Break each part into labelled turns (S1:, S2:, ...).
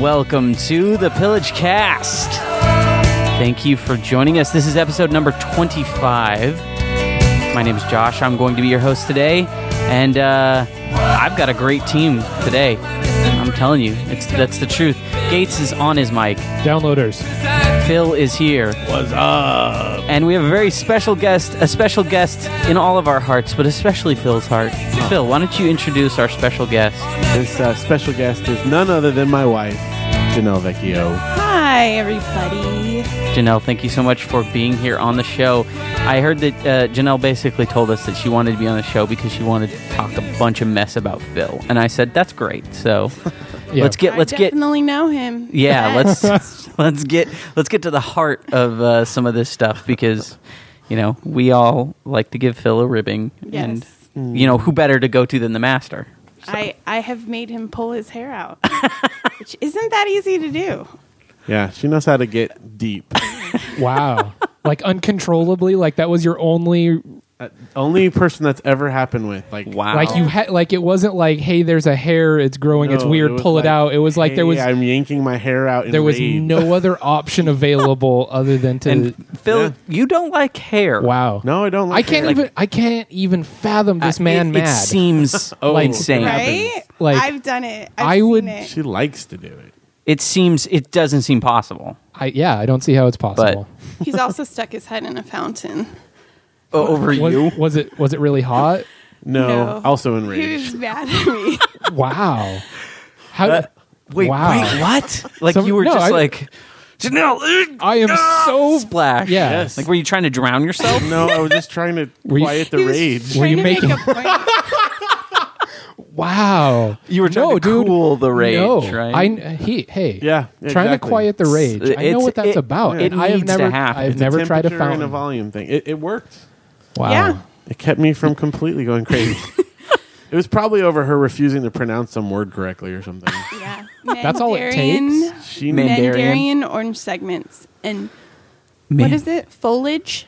S1: Welcome to the Pillage Cast. Thank you for joining us. This is episode number 25. My name is Josh. I'm going to be your host today. And uh, I've got a great team today. I'm telling you, it's that's the truth. Gates is on his mic,
S2: Downloaders.
S1: Phil is here.
S2: What's up?
S1: And we have a very special guest, a special guest in all of our hearts, but especially Phil's heart.
S2: Oh.
S1: Phil, why don't you introduce our special guest?
S3: This uh, special guest is none other than my wife, Janelle Vecchio.
S4: Hi, everybody.
S1: Janelle, thank you so much for being here on the show. I heard that uh, Janelle basically told us that she wanted to be on the show because she wanted to talk a bunch of mess about Phil, and I said that's great. So
S2: Yeah.
S1: let's get
S4: I
S1: let's get
S4: definitely know him.
S1: yeah
S4: Yes.
S1: let's let's get let's get to the heart of uh, some of this stuff because you know we all like to give Phil a ribbing,
S4: Yes.
S2: Mm.
S1: and you know who better to go to than the master.
S4: I, I have made him pull his hair out, which isn't that easy to do.
S3: Yeah, she knows how to get deep.
S2: Wow. like uncontrollably, like that was your only
S3: Only person that's ever happened with. Like,
S1: Wow,
S2: like you had like it wasn't like hey there's a hair it's growing it's
S3: No,
S2: weird
S3: was
S2: pull it out it was like there
S3: "Hey,
S2: was
S3: I'm yanking my hair out. In
S2: there was
S3: rage."
S2: no other option available other than to
S1: and Phil,
S3: Yeah.
S1: you don't like hair.
S2: wow
S3: No, I don't.
S2: I
S3: Like
S2: can't
S3: hair.
S2: even I can't even fathom this man
S1: Uh, it,
S2: mad Oh.
S1: It seems
S3: Like,
S1: insane.
S3: Happens.
S4: Right?
S2: Like,
S4: I've done it. I've
S2: I
S4: seen
S2: would-
S4: It.
S3: She likes to do it.
S1: It seems it doesn't seem possible.
S2: I yeah I don't see how it's possible
S4: He's also stuck his head in a fountain.
S1: O- Uh, over
S2: was,
S1: you.
S2: was it was it really hot
S3: No,
S4: No.
S3: also
S4: He was
S3: enraged.
S4: mad at me.
S2: wow how
S1: Wait,
S2: wow
S1: wait, what? Like
S2: Some-
S1: you were
S2: no,
S1: just
S2: I-
S1: like Janelle uh,
S2: I am so
S1: splash.
S2: yeah
S3: Yes.
S1: Like were you trying to drown yourself?
S3: No, I was just trying to
S2: Were you-
S3: quiet
S4: He
S3: the
S4: was
S3: rage.
S2: Were
S4: trying
S2: you
S4: to
S2: making-
S4: make a point.
S2: Wow,
S1: You were trying
S2: no,
S1: to
S2: dude.
S1: cool the rage,
S2: No,
S1: right?
S2: I he hey
S3: Yeah,
S2: trying to
S3: exactly.
S2: quiet the rage. I know
S1: It's-
S2: what that's
S1: it-
S2: about.
S1: it
S2: and I have
S1: needs to
S2: never
S1: happen.
S2: I have
S1: It's
S3: The
S2: never tried a
S3: temperature and a
S2: fountain.
S3: volume thing. It, it worked.
S2: Wow.
S4: Yeah.
S3: It kept me from completely going crazy. it was probably over her refusing to pronounce some word correctly or something.
S4: Yeah.
S2: That's all it
S4: Mandarin-
S2: takes?
S3: She
S1: Man- Mandarin.
S4: Mandarin orange segments. And
S1: Man.
S4: what is it? Foliage?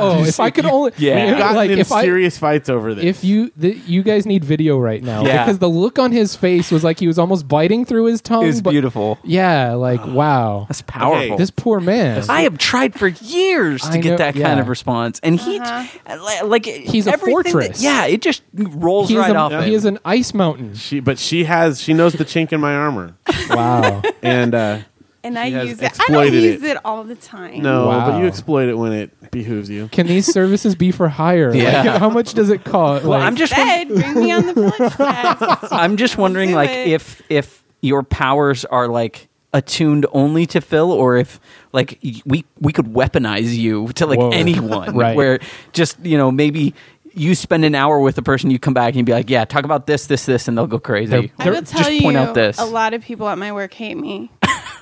S2: Oh, if I could only
S1: yeah.
S2: man,
S1: You've
S3: gotten
S2: like
S3: in
S2: if I
S3: serious fights over this.
S2: if you the, you guys need video right now
S1: Yeah.
S2: because the look on his face was like he was almost biting through his tongue.
S1: It's
S2: Oh, but-
S1: beautiful.
S2: Yeah, like wow,
S1: That's powerful.
S3: Okay.
S2: this poor man.
S1: I have tried for years to
S2: I
S1: get
S2: know-
S1: that kind
S2: yeah.
S1: of response, and he, uh, li- like,
S2: He's a
S1: everything that-
S2: fortress.
S1: yeah, it just rolls
S2: He's
S1: right
S2: a-
S1: off.
S2: he
S1: him.
S2: is an ice mountain.
S3: She, but she has. She knows the chink in my armor,
S2: Wow.
S3: and uh,
S4: And I
S3: has
S4: use it. I don't
S3: exploited
S4: use
S3: it.
S4: it all the time.
S3: no,
S2: Wow.
S3: but you exploit it when it behooves you.
S2: Can these services be for hire? Like,
S1: Yeah.
S2: how much does it cost?
S1: Well,
S2: Like,
S1: I'm just
S4: Said, bring me on the village fest.
S1: I'm just wondering,
S4: do
S1: like,
S4: it.
S1: if if your powers are like attuned only to Phil, or if like y- we we could weaponize you to like
S2: Whoa.
S1: anyone,
S2: Right.
S1: where just you know maybe you spend an hour with a person, you come back and you be like, yeah, talk about this, this, this, and they'll go crazy.
S2: They're-
S4: I will
S1: Just
S4: tell you,
S1: point out this.
S4: a lot of people at my work hate me,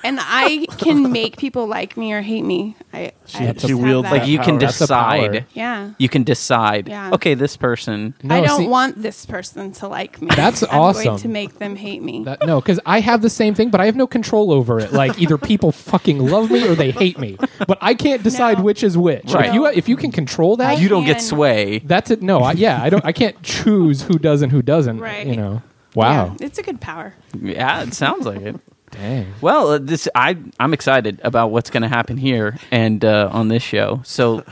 S4: and I can make people like me or hate me. I I
S3: she
S4: just have
S3: wields
S4: that.
S1: like you can
S2: power. That's a
S1: decide.
S2: power.
S4: yeah.
S1: You can decide.
S4: Yeah.
S1: Okay, this person.
S2: No,
S4: I don't
S2: see-
S4: want this person to like me.
S2: That's
S4: I'm
S2: awesome.
S4: Going to make them hate me.
S2: That, no, because I have the same thing, but I have no control over it. Like either people fucking love me or they hate me, but I can't decide
S4: No.
S2: which is which.
S1: Right.
S2: If you if you can control that,
S1: You don't get
S4: can-
S1: sway.
S2: that's it. No, I, yeah, I don't. I can't choose who does and who doesn't.
S4: Right.
S2: You know. Wow.
S4: Yeah, it's a good power.
S1: Yeah, it sounds like it.
S2: Dang.
S1: Well, uh, this I I'm excited about what's going to happen here and uh, on this show. So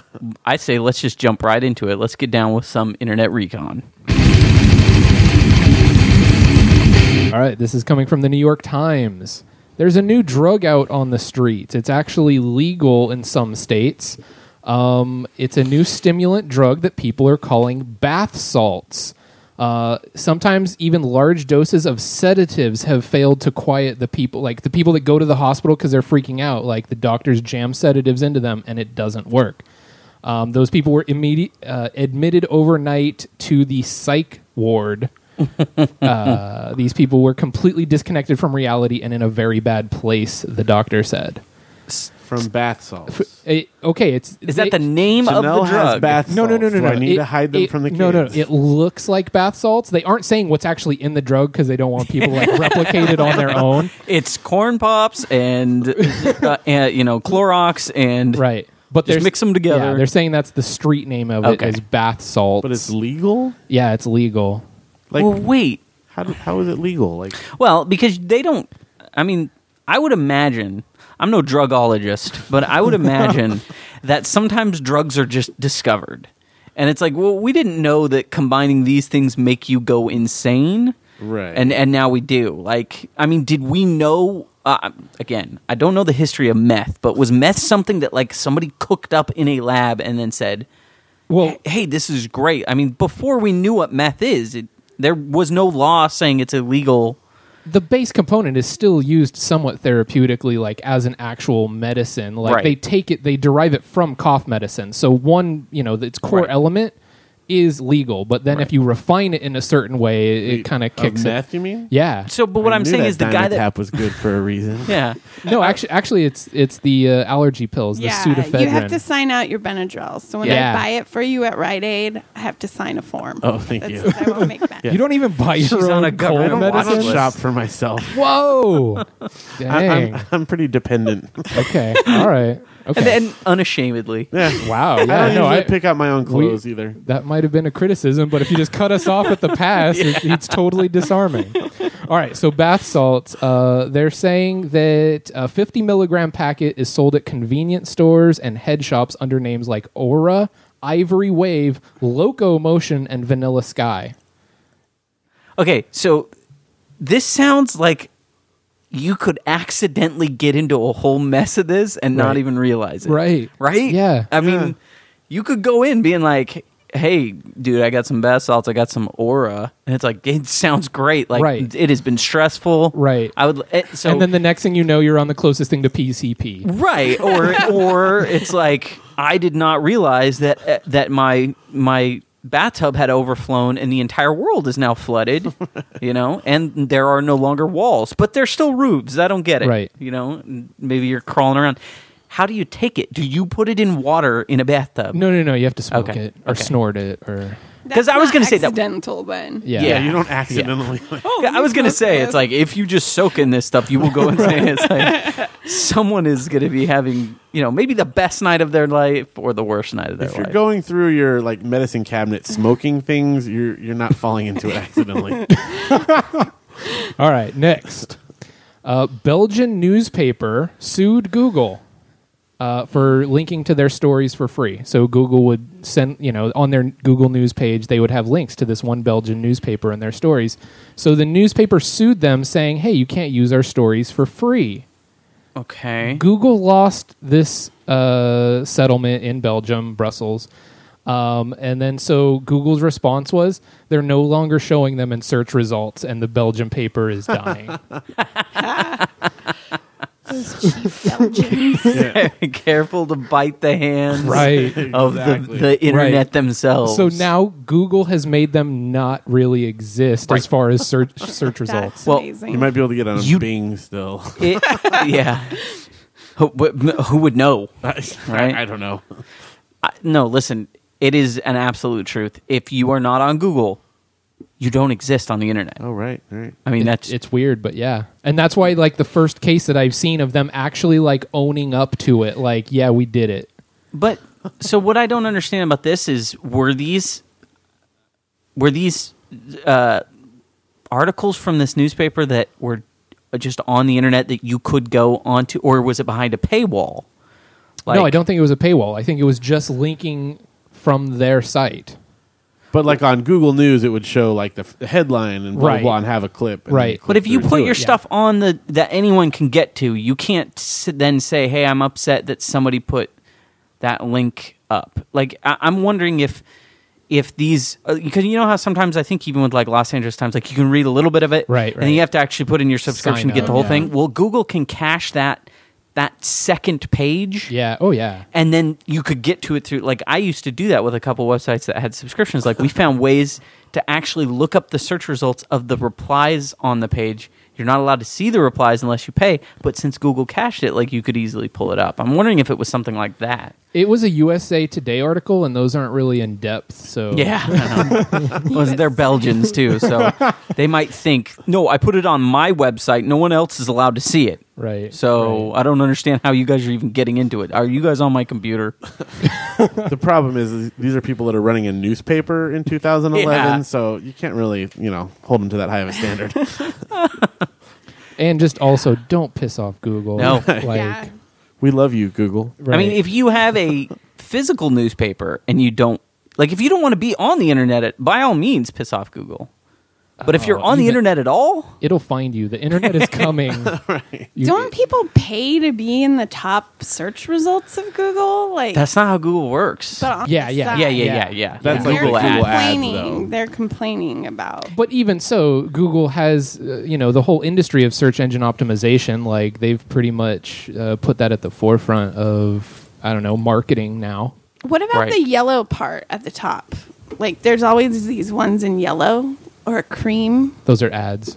S1: I say let's just jump right into it. Let's get down with some internet recon.
S2: All right. This is coming from the New York Times. There's a new drug out on the streets. It's actually legal in some states. Um, it's a new stimulant drug that people are calling bath salts. Uh, sometimes even large doses of sedatives have failed to quiet the people, like the people that go to the hospital because they're freaking out. Like the doctors jam sedatives into them and it doesn't work. Um, those people were immediate, uh, admitted overnight to the psych ward. uh, these people were completely disconnected from reality and in a very bad place, the doctor said.
S3: From bath salts.
S2: Eh, okay, it's
S1: Is that the name
S3: Janelle
S1: of the
S3: has
S1: drug?
S3: bath
S2: no, no, no,
S3: salts.
S2: no,
S3: Do
S2: no.
S3: I need
S2: It-
S3: to hide them
S2: it-
S3: from the kids.
S2: No, no. It looks like bath salts. They aren't saying what's actually in the drug because they don't want people like replicated on their own.
S1: it's corn pops and uh, and, you know Clorox and
S2: Right. But
S1: Just
S2: there's-
S1: mix 'em together.
S2: Yeah, they're saying that's the street name of
S1: Okay.
S2: it is bath salts.
S3: but it's legal.
S2: yeah, it's legal.
S3: Like
S1: well, wait.
S3: How do, how is it legal? Like
S1: Well, because they don't. I mean, I would imagine. I'm no drugologist, but I would imagine that sometimes drugs are just discovered, and it's like, well, we didn't know that combining these things make you go insane,
S3: Right.
S1: And and now we do. Like, I mean, did we know? Uh, again, I don't know the history of meth, but was meth something that like somebody cooked up in a lab and then said,
S2: Well,
S1: hey, this is great. I mean, before we knew what meth is, it, there was no law saying it's illegal.
S2: the base component is still used somewhat therapeutically like as an actual medicine like
S1: Right.
S2: they take it they derive it from cough medicine so one you know its core
S1: Right.
S2: element is legal but then if you refine it in a certain way it, it kind of kicks
S3: of
S2: it
S3: meth. You mean?
S2: yeah
S1: So, but what
S3: I
S1: I'm
S3: knew
S1: saying
S3: that
S1: is the guy that
S3: Tap was good for a reason.
S1: yeah,
S2: no actually actually it's it's the uh, allergy pills
S4: yeah,
S2: the pseudoephedrine
S4: you have to sign out your Benadryl. So when
S2: Yeah.
S4: I buy it for you at Rite Aid, I have to sign a form.
S3: Oh, thank
S4: That's
S3: you.
S4: what I won't make that.
S2: You don't even buy your
S1: She's on
S2: own
S1: a
S2: cold
S3: I
S1: government
S3: don't
S1: Medicine?
S3: watch
S2: medicines?
S3: shop for myself.
S2: Whoa!
S3: I-
S2: Dang.
S3: I'm, I'm pretty dependent.
S2: okay. All right. Okay.
S1: and then unashamedly,
S3: Yeah.
S2: wow. Yeah.
S3: I don't
S2: no.
S3: usually
S2: I,
S3: pick out my own
S2: we-
S3: clothes either.
S2: that might have been a criticism, but if you just cut us off at the pass, it, it's totally disarming. All right, so bath salts. Uh, they're saying that a 50 milligram packet is sold at convenience stores and head shops under names like Aura, Ivory Wave, Loco Motion, and Vanilla Sky.
S1: okay. So this sounds like you could accidentally get into a whole mess of this and not
S2: Right.
S1: even realize it.
S2: Right.
S1: Right.
S2: Yeah.
S1: I mean, you could go in being like. Hey, dude! I got some bath salts. I got some aura, and it's like it sounds great. Like
S2: Right.
S1: it has been stressful.
S2: Right.
S1: I would. eh, So
S2: and then the next thing you know, you're on the closest thing to PCP.
S1: right or or it's like i did not realize that uh, that my my bathtub had overflown and the entire world is now flooded you know and there are no longer walls but there's still roofs i don't get it
S2: Right.
S1: you know maybe you're crawling around how do you take it do you put it in water in a bathtub
S2: No, no, no. You have to smoke
S1: Okay,
S2: it or
S1: okay.
S2: snort it or.
S1: Because I was gonna say that-
S4: dental, but
S1: Yeah.
S2: Yeah.
S3: Yeah, you don't accidentally.
S1: Yeah, i was gonna say it's like if you just soak in this stuff you will go insane it's like someone is gonna be having you know maybe the best night of their life or the worst night of their
S3: if
S1: life
S3: you're going through your like medicine cabinet smoking things, you're you're not falling into it accidentally.
S2: All right, next. Uh, Belgian newspaper sued Google uh, for linking to their stories for free. So Google would send, you know, on their Google News page, they would have links to this one Belgian newspaper and their stories. So the newspaper sued them, saying, "Hey, you can't use our stories for free."
S1: okay
S2: Google lost this uh, settlement in Belgium, Brussels. Um, and then so Google's response was they're no longer showing them in search results, and the Belgian paper is dying.
S3: Yeah.
S1: careful to bite the hands
S2: right.
S1: of
S3: Exactly.
S1: the, the internet
S2: Right.
S1: themselves.
S2: So now Google has made them not really exist as
S1: Right.
S2: far as search search results.
S4: that's
S1: Well,
S4: amazing.
S3: you might be able to get on
S1: You-
S3: Bing still.
S1: It- yeah, who, but who would know?
S3: I,
S1: Right.
S3: I don't know.
S1: I, no, listen, it is an absolute truth. If you are not on Google, you don't exist on the internet.
S3: Oh right, right.
S1: I mean,
S2: It-
S1: that's
S2: it's weird, but yeah, and that's why like the first case that I've seen of them actually like owning up to it, like yeah, we did it.
S1: But so what I don't understand about this is were these were these uh, articles from this newspaper that were just on the internet that you could go onto, or was it behind a paywall?
S2: no, I don't think it was a paywall. I think it was just linking from their site.
S3: But like on Google News, it would show like the, f- the headline and blah
S2: Right.
S3: blah, blah and have a clip. and
S2: Right.
S3: then click
S1: But if you
S3: through
S1: put
S3: to
S1: your
S3: it.
S1: stuff on the that anyone can get to, you can't s- then say, "Hey, I'm upset that somebody put that link up." Like I- I'm wondering if if these because you know how sometimes I think even with like Los Angeles Times, like you can read a little bit of it,
S2: Right,
S1: And then
S2: right.
S1: you have to actually put in your subscription to
S2: Sign
S1: get
S2: up,
S1: the whole
S2: yeah.
S1: thing. Well, Google can cache that that second page,
S2: Yeah. Oh yeah.
S1: and then you could get to it through like i used to do that with a couple websites that had subscriptions like we found ways to actually look up the search results of the replies on the page you're not allowed to see the replies unless you pay but since google cached it like you could easily pull it up i'm wondering if it was something like that
S2: It was a USA Today article, and those aren't really in depth. So
S1: Yeah, I know. Well, they're Belgians too, so they might think, "No, I put it on my website. No one else is allowed to see it."
S2: right.
S1: So I don't understand how you guys are even getting into it. Are you guys on my computer?
S3: The problem is, is these are people that are running a newspaper in 2011,
S1: Yeah.
S3: so you can't really, you know, hold them to that high of a standard.
S2: right. and just also don't piss off Google.
S1: No.
S2: like,
S4: yeah.
S3: we love you, Google.
S2: right.
S1: I mean, if you have a physical newspaper and you don't like, if you don't want to be on the internet, it- by all means, piss off Google. But if you're
S2: Oh,
S1: on the
S2: even-
S1: internet at all,
S2: it'll find you. The internet is coming. You-
S4: Don't people pay to be in the top search results of Google? Like,
S1: that's not how Google works.
S4: but uh, on
S2: Yeah,
S4: the
S2: yeah.
S4: side,
S1: Yeah, yeah, yeah, yeah.
S2: Yeah.
S3: That's
S4: They're
S3: like
S1: Google
S3: the
S1: ad.
S3: Google ads,
S4: complaining.
S3: though.
S4: they're complaining about.
S2: But even so, Google has uh, you know the whole industry of search engine optimization. Like they've pretty much uh, put that at the forefront of I don't know marketing now.
S4: What about
S1: Right.
S4: the yellow part at the top? Like, there's always these ones in yellow or cream
S2: Those are ads.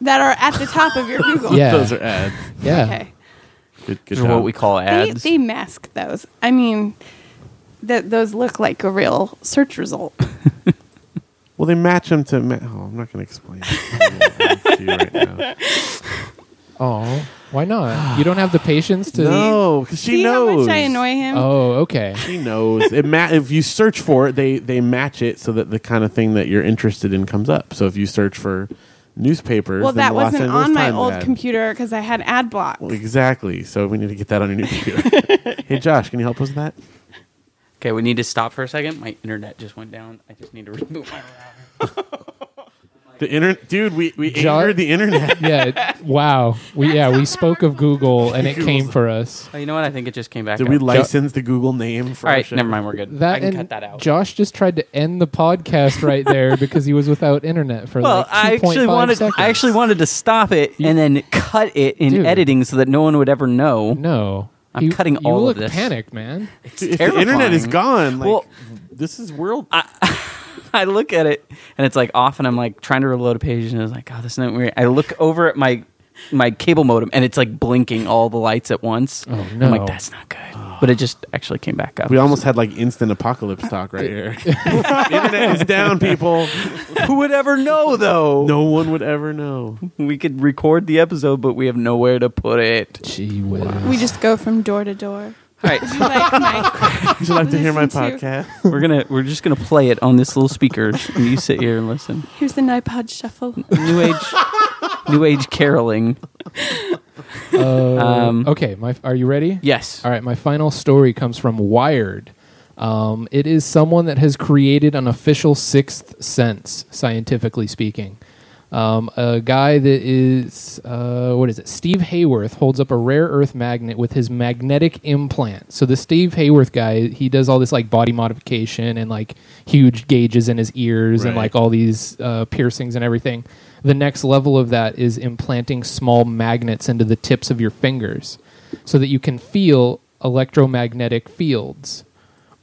S4: that are at the top of your Google.
S2: Yeah.
S3: Those are ads.
S2: Yeah.
S4: Okay.
S3: Good, good
S1: Those are what
S3: job.
S1: we call
S4: They,
S1: ads.
S4: they mask those. I mean, that those look like a real search result.
S3: well, they match them to. Ma- oh, I'm not going to explain. it to you right now.
S2: Oh, why not? You don't have the patience to.
S3: No, because she
S4: See how
S3: knows.
S4: much I annoy him.
S2: Oh, okay.
S3: She knows. It ma- if you search for it, they they match it so that the kind of thing that you're interested in comes up. So if you search for newspapers,
S4: well,
S3: then
S4: that
S3: the Los
S4: wasn't
S3: Angeles
S4: on my
S3: Times
S4: old
S3: ad.
S4: computer because I had ad block.
S3: Well, exactly. So we need to get that on a new computer. hey, Josh, can you help us with that?
S1: okay, we need to stop for a second. My internet just went down. I just need to reboot my router.
S3: The internet, dude. We we
S2: Jo-
S3: angered the internet.
S2: Yeah. Wow. We yeah we spoke of Google and it came for us.
S1: Oh, you know what? I think it just came back.
S3: Did
S1: up.
S3: we license the Google name for
S1: All
S3: our
S1: right,
S3: show?
S1: never mind. We're good.
S2: That
S1: I can
S2: and
S1: cut that out.
S2: Josh just tried to end the podcast right there because he was without internet for
S1: well,
S2: like 2.5
S1: I actually wanted
S2: seconds.
S1: I actually wanted to stop it and then cut it in
S2: Dude.
S1: editing so that no one would ever know.
S2: No.
S1: I'm cutting
S2: you
S1: all of
S2: look
S1: this.
S2: panicked, man.
S1: It's
S3: Dude, If the internet is
S1: terrifying.
S3: gone, like,
S1: Well-
S3: this is world.
S1: I look at it and it's like off, and I'm like trying to reload a page, and I was like, "Oh, this is not weird." I look over at my my cable modem, and it's like blinking all the lights at once.
S2: Oh,
S1: I'm
S2: no.
S1: like, "That's not good," but it just actually came back up.
S3: we almost had like instant apocalypse talk right here. the internet is down, people.
S1: Who would ever know, though?
S3: No one would ever know.
S1: We could record the episode, but we have nowhere to put it.
S2: Gee whiz.
S4: We just go from door to door.
S1: All right,
S4: Would you like my-
S3: Would you like to hear my
S4: Listen to-
S3: podcast?
S1: we're gonna we're just gonna play it on this little speaker, and you sit here and listen.
S4: Here's an iPod shuffle.
S1: New age, new age caroling.
S2: Uh,
S1: Um,
S2: okay, my are you ready?
S1: Yes.
S2: All right, my final story comes from Wired. Um, it is someone that has created an official sixth sense, scientifically speaking. Um, a guy that is, uh, what is it? Steve Hayworth holds up a rare earth magnet with his magnetic implant. So, the Steve Hayworth guy, he does all this like body modification and like huge gauges in his ears and
S3: Right.
S2: like all these uh, piercings and everything. The next level of that is implanting small magnets into the tips of your fingers so that you can feel electromagnetic fields.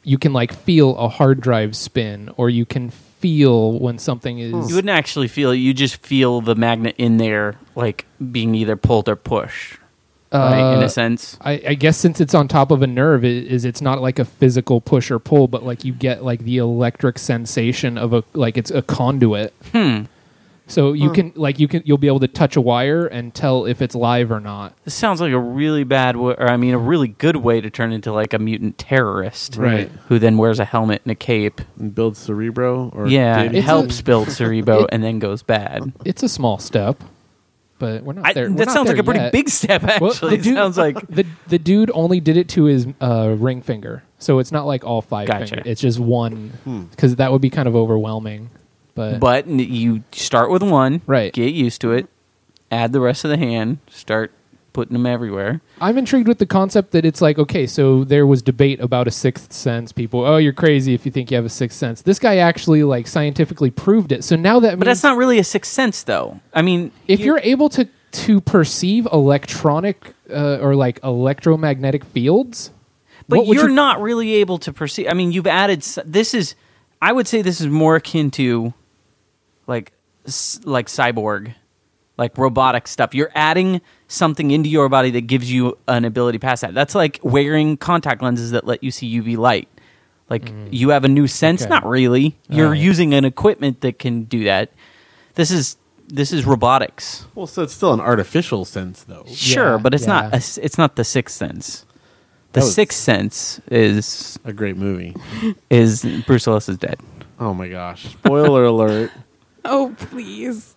S2: You can like feel a hard drive spin, or you can feel when something is.
S1: Hmm. You wouldn't actually feel it. You just feel the magnet in there, like being either pulled or pushed, right? In
S2: Uh,
S1: a sense.
S2: I, I guess since it's on top of a nerve, it, is it's not like a physical push or pull, but like you get like the electric sensation of a like it's a conduit. Hmm. So you can like you can you'll be able to touch a wire and tell if it's live or not.
S1: This sounds like a really bad, wa- or I mean, a really good way to turn into like a mutant terrorist,
S3: Right.
S1: Who then wears a helmet and a cape.
S3: And build Cerebro or
S1: yeah,
S3: Diddy?
S1: it
S2: It's
S1: helps
S2: a-
S1: build Cerebo
S2: it-
S1: and then goes bad.
S2: It's a small step, but we're not
S1: I,
S2: there. we're
S1: that
S2: not
S1: sounds like
S2: there
S1: a pretty
S2: yet.
S1: big step,
S2: Well,
S1: actually.
S2: the dude-
S1: it sounds like
S2: the the dude only did it to his uh, ring finger, so it's not like all five.
S1: Gotcha.
S2: fingers. It's just one, because that would be kind of overwhelming. But,
S1: But n- you start with one,
S2: Right.
S1: Get used to it. Add the rest of the hand. Start putting them everywhere.
S2: I'm intrigued with the concept that it's like okay, so there was debate about a sixth sense. People, oh, you're crazy if you think you have a sixth sense. This guy actually like scientifically proved it. So now that
S1: But
S2: means
S1: that's not really a sixth sense, though. I mean,
S2: if
S1: you-
S2: you're able to to perceive electronic uh, or like electromagnetic fields,
S1: but
S2: what would
S1: you're
S2: you-
S1: not really able to perceive. I mean, you've added. s- This is, I would say, this is more akin to, like, s- like cyborg, like robotic stuff. You're adding something into your body that gives you an ability past that. That's like wearing contact lenses that let you see UV light. Like you have a new sense,
S2: Mm. Okay.
S1: not really. You're
S2: Alright.
S1: using an equipment that can do that. This is this is robotics.
S3: Well, so it's still an artificial sense, though.
S1: Sure, but it's not
S2: yeah.
S1: a s it's not the sixth sense. The
S3: That was-
S1: sixth sense is
S3: A great movie.
S1: is Bruce Willis is dead.
S3: Oh my gosh! Spoiler alert. Uh,
S4: Oh, please.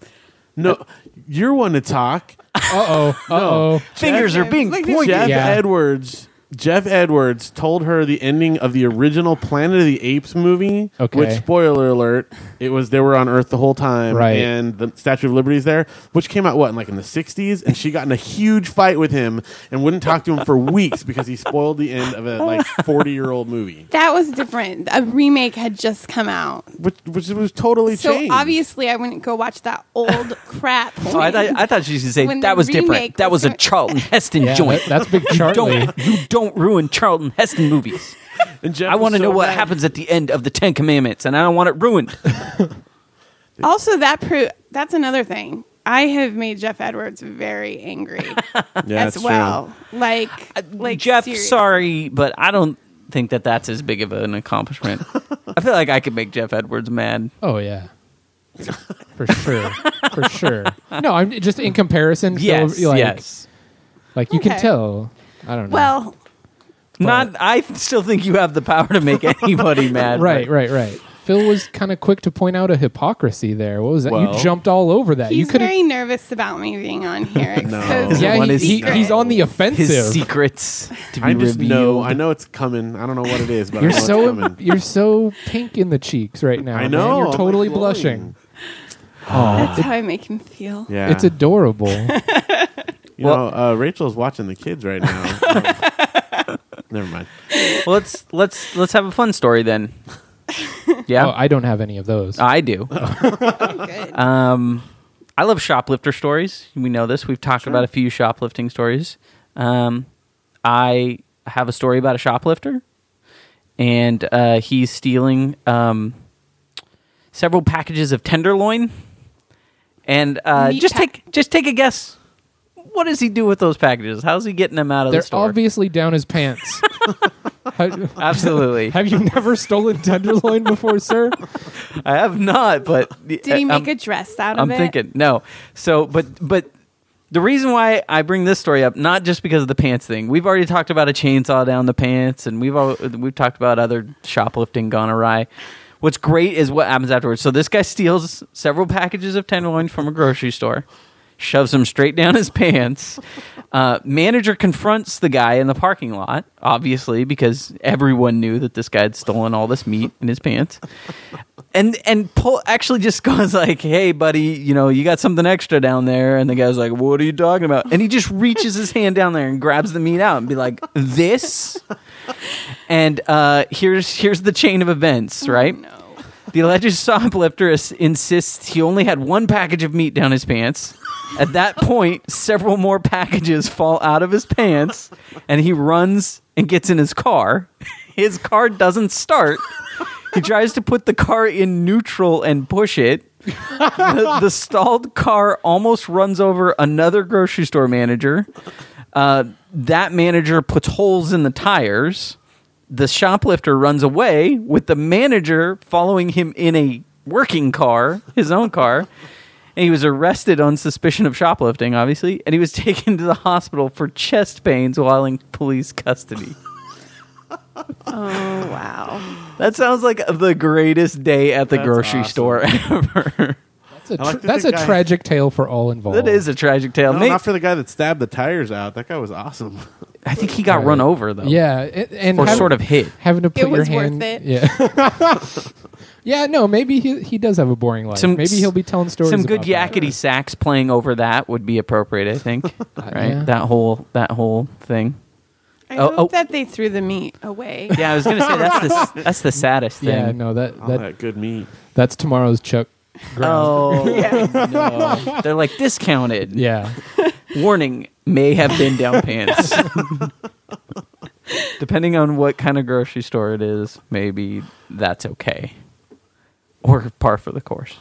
S3: No, you're one to talk.
S2: Uh oh. Uh oh.
S1: Fingers are being
S4: Like this-
S1: pointed.
S2: Yeah.
S3: Jeff Edwards. Jeff Edwards told her the ending of the original Planet of the Apes movie.
S2: Okay.
S3: Which spoiler alert, it was they were on Earth the whole time,
S2: Right.
S3: And the Statue of Liberty is there, which came out what in like in the '60s, and she got in a huge fight with him and wouldn't talk to him for weeks because he spoiled the end of a like 40 year old movie,
S4: That was different. A remake had just come out.
S3: which which was totally
S4: So
S3: changed.
S4: obviously, I wouldn't go watch that old crap.
S1: Oh, I, thought- I thought she was going to say
S4: When
S1: that
S4: the
S1: was different.
S4: remake
S1: That
S4: was
S1: was a
S4: going-
S1: Charlton Heston
S2: Yeah,
S1: joint.
S2: that- that's big Charlie.
S1: don't you don't ruin Charlton Heston movies.
S3: And Jeff
S1: I
S3: was
S1: want to
S3: so
S1: know what
S3: mad.
S1: happens at the end of the Ten Commandments, and I don't want it ruined.
S4: Also, that pro- that's another thing. I have made Jeff Edwards very angry
S3: Yeah, it's
S4: as
S3: true.
S4: well. Like, like
S1: Jeff,
S4: seriously.
S1: sorry, but I don't think that that's as big of an accomplishment. I feel like I could make Jeff Edwards mad.
S2: Oh yeah. For sure. For sure. No, I'm just in comparison. Phil,
S1: Yes,
S2: like,
S1: yes.
S2: Like you can
S4: Okay.
S2: tell. I don't know.
S4: Well,
S1: Not. I still think you have the power to make anybody mad.
S2: Right, right, right. Phil was kind of quick to point out a hypocrisy there. What was that?
S3: Well-
S2: you jumped all over that. you
S4: he's
S2: could
S4: very nervous about me being on here.
S3: No.
S4: exposing
S2: Yeah,
S1: What
S2: he,
S1: is
S2: he-
S1: secret.
S2: he's on the offensive.
S1: His secrets to be
S3: I just
S1: revealed.
S3: know. I know it's coming. I don't know what it is, but
S2: You're
S3: I know it's
S2: so
S3: coming.
S2: you're so pink in the cheeks right now.
S3: I
S2: man.
S3: know. I'm,
S2: You're
S3: like,
S2: totally
S3: glowing.
S2: blushing.
S4: That's how I make him feel.
S3: Yeah,
S2: It's adorable.
S3: You
S1: Well-
S3: know, uh, Rachel's watching the kids right now. Um, Never mind.
S1: Well, let's let's let's have a fun story then. Yeah,
S2: oh, I don't have any of those.
S3: Ah,
S1: I do.
S4: Good.
S1: Um, I love shoplifter stories. We know this. We've talked about a few shoplifting stories. Um, I have a story about a shoplifter, and uh, he's stealing um, several packages of tenderloin. And uh,
S4: Meat
S1: just
S4: pack-
S1: take just take a guess. What does he do with those packages? How's he getting them out of
S2: They're
S1: the store?
S2: obviously down his pants. How-
S1: Absolutely,
S2: have you never stolen tenderloin before, sir?
S1: I have not. But
S4: Did he
S1: I'm-
S4: make a dress out of
S1: uh, um, I'm
S4: it?
S1: thinking no. So, but but the reason why I bring this story up not just because of the pants thing. We've already talked about a chainsaw down the pants, and we've all, we've talked about other shoplifting gone awry. What's great is what happens afterwards. So this guy steals several packages of tenderloin from a grocery store, shoves them straight down his pants. Uh, manager confronts the guy in the parking lot, obviously because everyone knew that this guy had stolen all this meat in his pants and and pull actually just goes like, "Hey, buddy, you know you got something extra down there," and the guy's like, "What are you talking about?" And he just reaches his hand down there and grabs the meat out and be like, "This," and uh, here's here's the chain of events, right?
S4: No.
S1: The alleged shoplifter is- insists he only had one package of meat down his pants. At that point, several more packages fall out of his pants, and he runs and gets in his car. His car doesn't start. He tries to put the car in neutral and push it. The, the stalled car almost runs over another grocery store manager. Uh, that manager puts holes in the tires. The shoplifter runs away with the manager following him in a working car, his own car. And he was arrested on suspicion of shoplifting, obviously, and he was taken to the hospital for chest pains while in police custody.
S4: Oh wow.
S1: That sounds like the greatest day at the
S3: That's
S1: grocery
S3: awesome.
S1: store ever.
S2: That's a,
S3: I like
S2: tr-
S3: to
S2: that's a
S3: think I-
S2: tragic tale for all involved.
S1: that is a tragic tale.
S3: No,
S1: Nate-
S3: not for the guy that stabbed the tires out. That guy was awesome.
S1: I think he got
S2: Right.
S1: run over though.
S2: Yeah, and, and
S1: Or
S2: having-
S1: sort of hit.
S2: having to put your
S4: was
S2: hand.
S4: worth it.
S2: Yeah. yeah. No, maybe he he does have a boring life.
S1: Some-
S2: maybe he'll be telling stories.
S1: Some good
S2: about that. Uh,
S1: yakety sax playing over that would be appropriate, I think. right?
S2: yeah.
S1: That whole that whole thing.
S4: I
S1: Oh,
S4: hope
S1: oh.
S4: that they threw the meat away.
S1: Yeah, I was gonna say that's the s- that's the saddest thing.
S2: Yeah. No. That
S3: All that,
S2: that
S3: good meat.
S2: that's tomorrow's Chuck. Ground.
S1: Oh
S4: Yeah.
S1: no. They're like discounted.
S2: Yeah.
S1: Warning may have been down pants. Depending on what kind of grocery store it is, maybe that's okay. Or par for the course.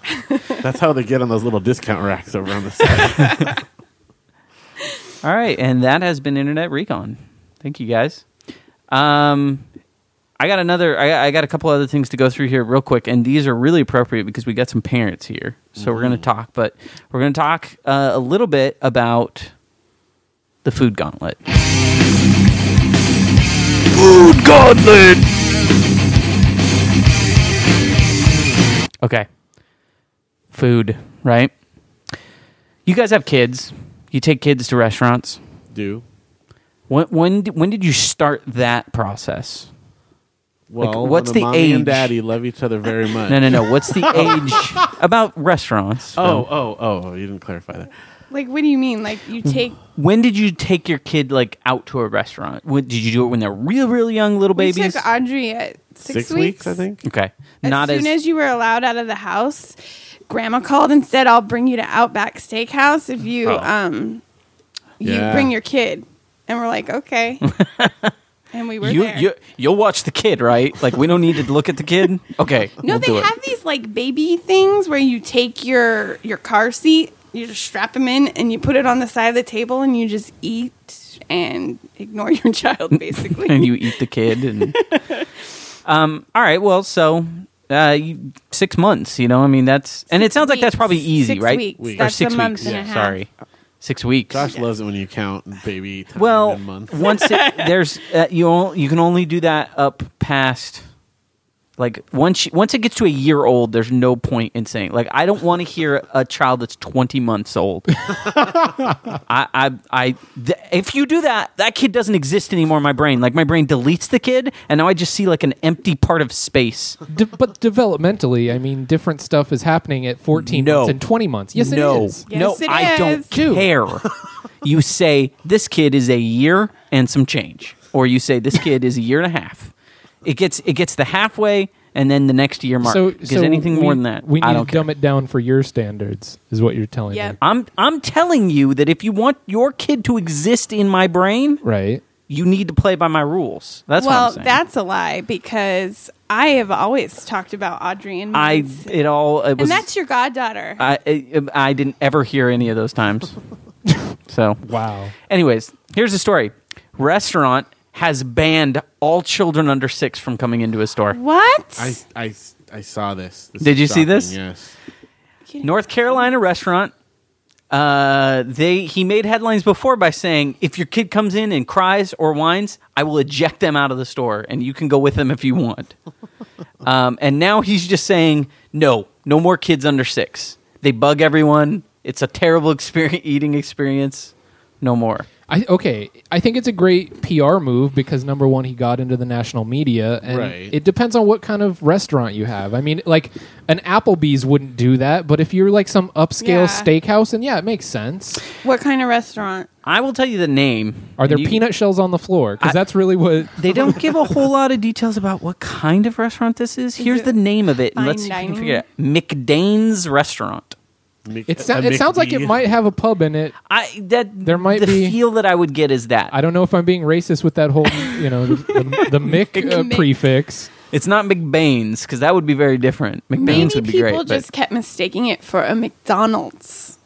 S3: That's how they get on those little discount racks over on the side.
S1: All right, and that has been Internet Recon. Thank you guys. Um, I got another. I, I got a couple other things to go through here real quick, and these are really appropriate because we got some parents here, so we're going to talk. But we're going to talk uh, a little bit about the food gauntlet.
S5: Food Gauntlet!
S1: Okay. Food, right? You guys have kids. You take kids to restaurants.
S3: Do
S1: When when di- when did you start that process?
S3: well.
S1: Like,
S3: when
S1: what's
S3: the,
S1: the
S3: mommy
S1: age?
S3: and daddy love each other very much.
S1: No, no, no. What's the age about restaurants?
S3: Oh, oh, oh! You didn't clarify that.
S4: Like, what do you mean? Like, you take
S1: When did you take your kid like out to a restaurant? When, did you do it when they're real, really young little
S4: we
S1: babies?
S4: took Audrey at six,
S3: Six, weeks, I think.
S1: okay,
S4: As
S1: not
S4: soon
S1: as,
S4: as, you were allowed out of the house, Grandma called and said, "I'll bring you to Outback Steakhouse if you
S1: Oh.
S4: um you
S3: Yeah.
S4: bring your kid." And we're like, "Okay." and we were
S1: you,
S4: there.
S1: you. You'll watch the kid, right? Like we don't need to look at the kid. Okay,
S4: no,
S1: we'll do
S4: they
S1: it.
S4: have these like baby things where you take your your car seat, you just strap them in, and you put it on the side of the table, and you just eat and ignore your child, basically.
S1: and you eat the kid and um all right well so uh you, six months you know i mean that's and it sounds like that's
S4: weeks.
S1: probably easy
S4: Six
S1: right
S4: weeks. Weeks.
S1: or
S4: That's
S1: six
S4: a month
S1: weeks
S4: and a half.
S1: sorry six weeks
S3: Josh loves it when you count baby time
S1: well
S3: and month.
S1: once it, there's uh, you all, you can only do that up past like once you- once it gets to a year old there's no point in saying like i don't want to hear a child that's 20 months old I, I, I, th- if you do that, that kid doesn't exist anymore in my brain. Like my brain deletes the kid, and now I just see like an empty part of space.
S2: De- but developmentally, I mean, different stuff is happening at 14
S1: No.
S2: months and 20 months. Yes,
S1: no,
S2: it is.
S4: Yes,
S1: no,
S4: it
S1: I
S4: is.
S1: don't
S2: Dude.
S1: care. you say this kid is a year and some change, or you say this kid is a year and a half. It gets it gets the halfway, and then the next year mark.
S2: So,
S1: Because
S2: so
S1: anything more
S2: we-
S1: than that,
S2: we need
S1: I don't
S2: to
S1: care.
S2: dumb it down for your standards, is what you're telling
S4: Yep.
S2: me.
S1: I'm I'm telling you that if you want your kid to exist in my brain,
S2: Right?
S1: you need to play by my rules. That's what
S4: well,
S1: I'm saying.
S4: that's a lie because I have always talked about Audrey and
S1: I
S4: Mons.
S1: it all it was
S4: and that's your goddaughter.
S1: I, I I didn't ever hear any of those times. so
S2: Wow.
S1: Anyways, here's the story. Restaurant has banned all children under six from coming into a store.
S4: what?
S3: I, I, I saw this. This
S1: Did
S3: is
S1: you see
S3: shocking,
S1: this?
S3: Yes.
S1: North Carolina restaurant. Uh, they he made headlines before by saying if your kid comes in and cries or whines, I will eject them out of the store, and you can go with them if you want. um, and now he's just saying no, no more kids under six. They bug everyone. It's a terrible experience, eating experience. No more.
S2: I, okay, I think it's a great PR move because number one, he got into the national media, and
S3: Right.
S2: it depends on what kind of restaurant you have. I mean, like an Applebee's wouldn't do that, but if you're like some upscale
S4: Yeah.
S2: steakhouse, and yeah, it makes sense.
S4: what kind of restaurant?
S1: I will tell you the name.
S2: Are there
S1: You-
S2: peanut shells on the floor? Because that's really what.
S1: They don't give a whole lot of details about what kind of restaurant this is. Here's
S4: it
S1: the name of it, and let's see if
S4: fine
S1: you can
S4: dining?
S1: figure it out. McDane's Restaurant.
S3: Mc-
S2: It, so-
S3: a
S2: it sounds like it
S3: McD.
S2: might have a pub in it.
S1: I that
S2: There might
S1: the
S2: be-
S1: feel that I would get is that
S2: I don't know if I'm being racist with that whole, you know, the, the, the Mick uh,
S4: Mick.
S2: prefix.
S1: it's not McBane's because that would be very different. McBane's
S4: Maybe
S1: would be
S4: people
S1: great. but-
S4: just kept mistaking it for a McDonald's.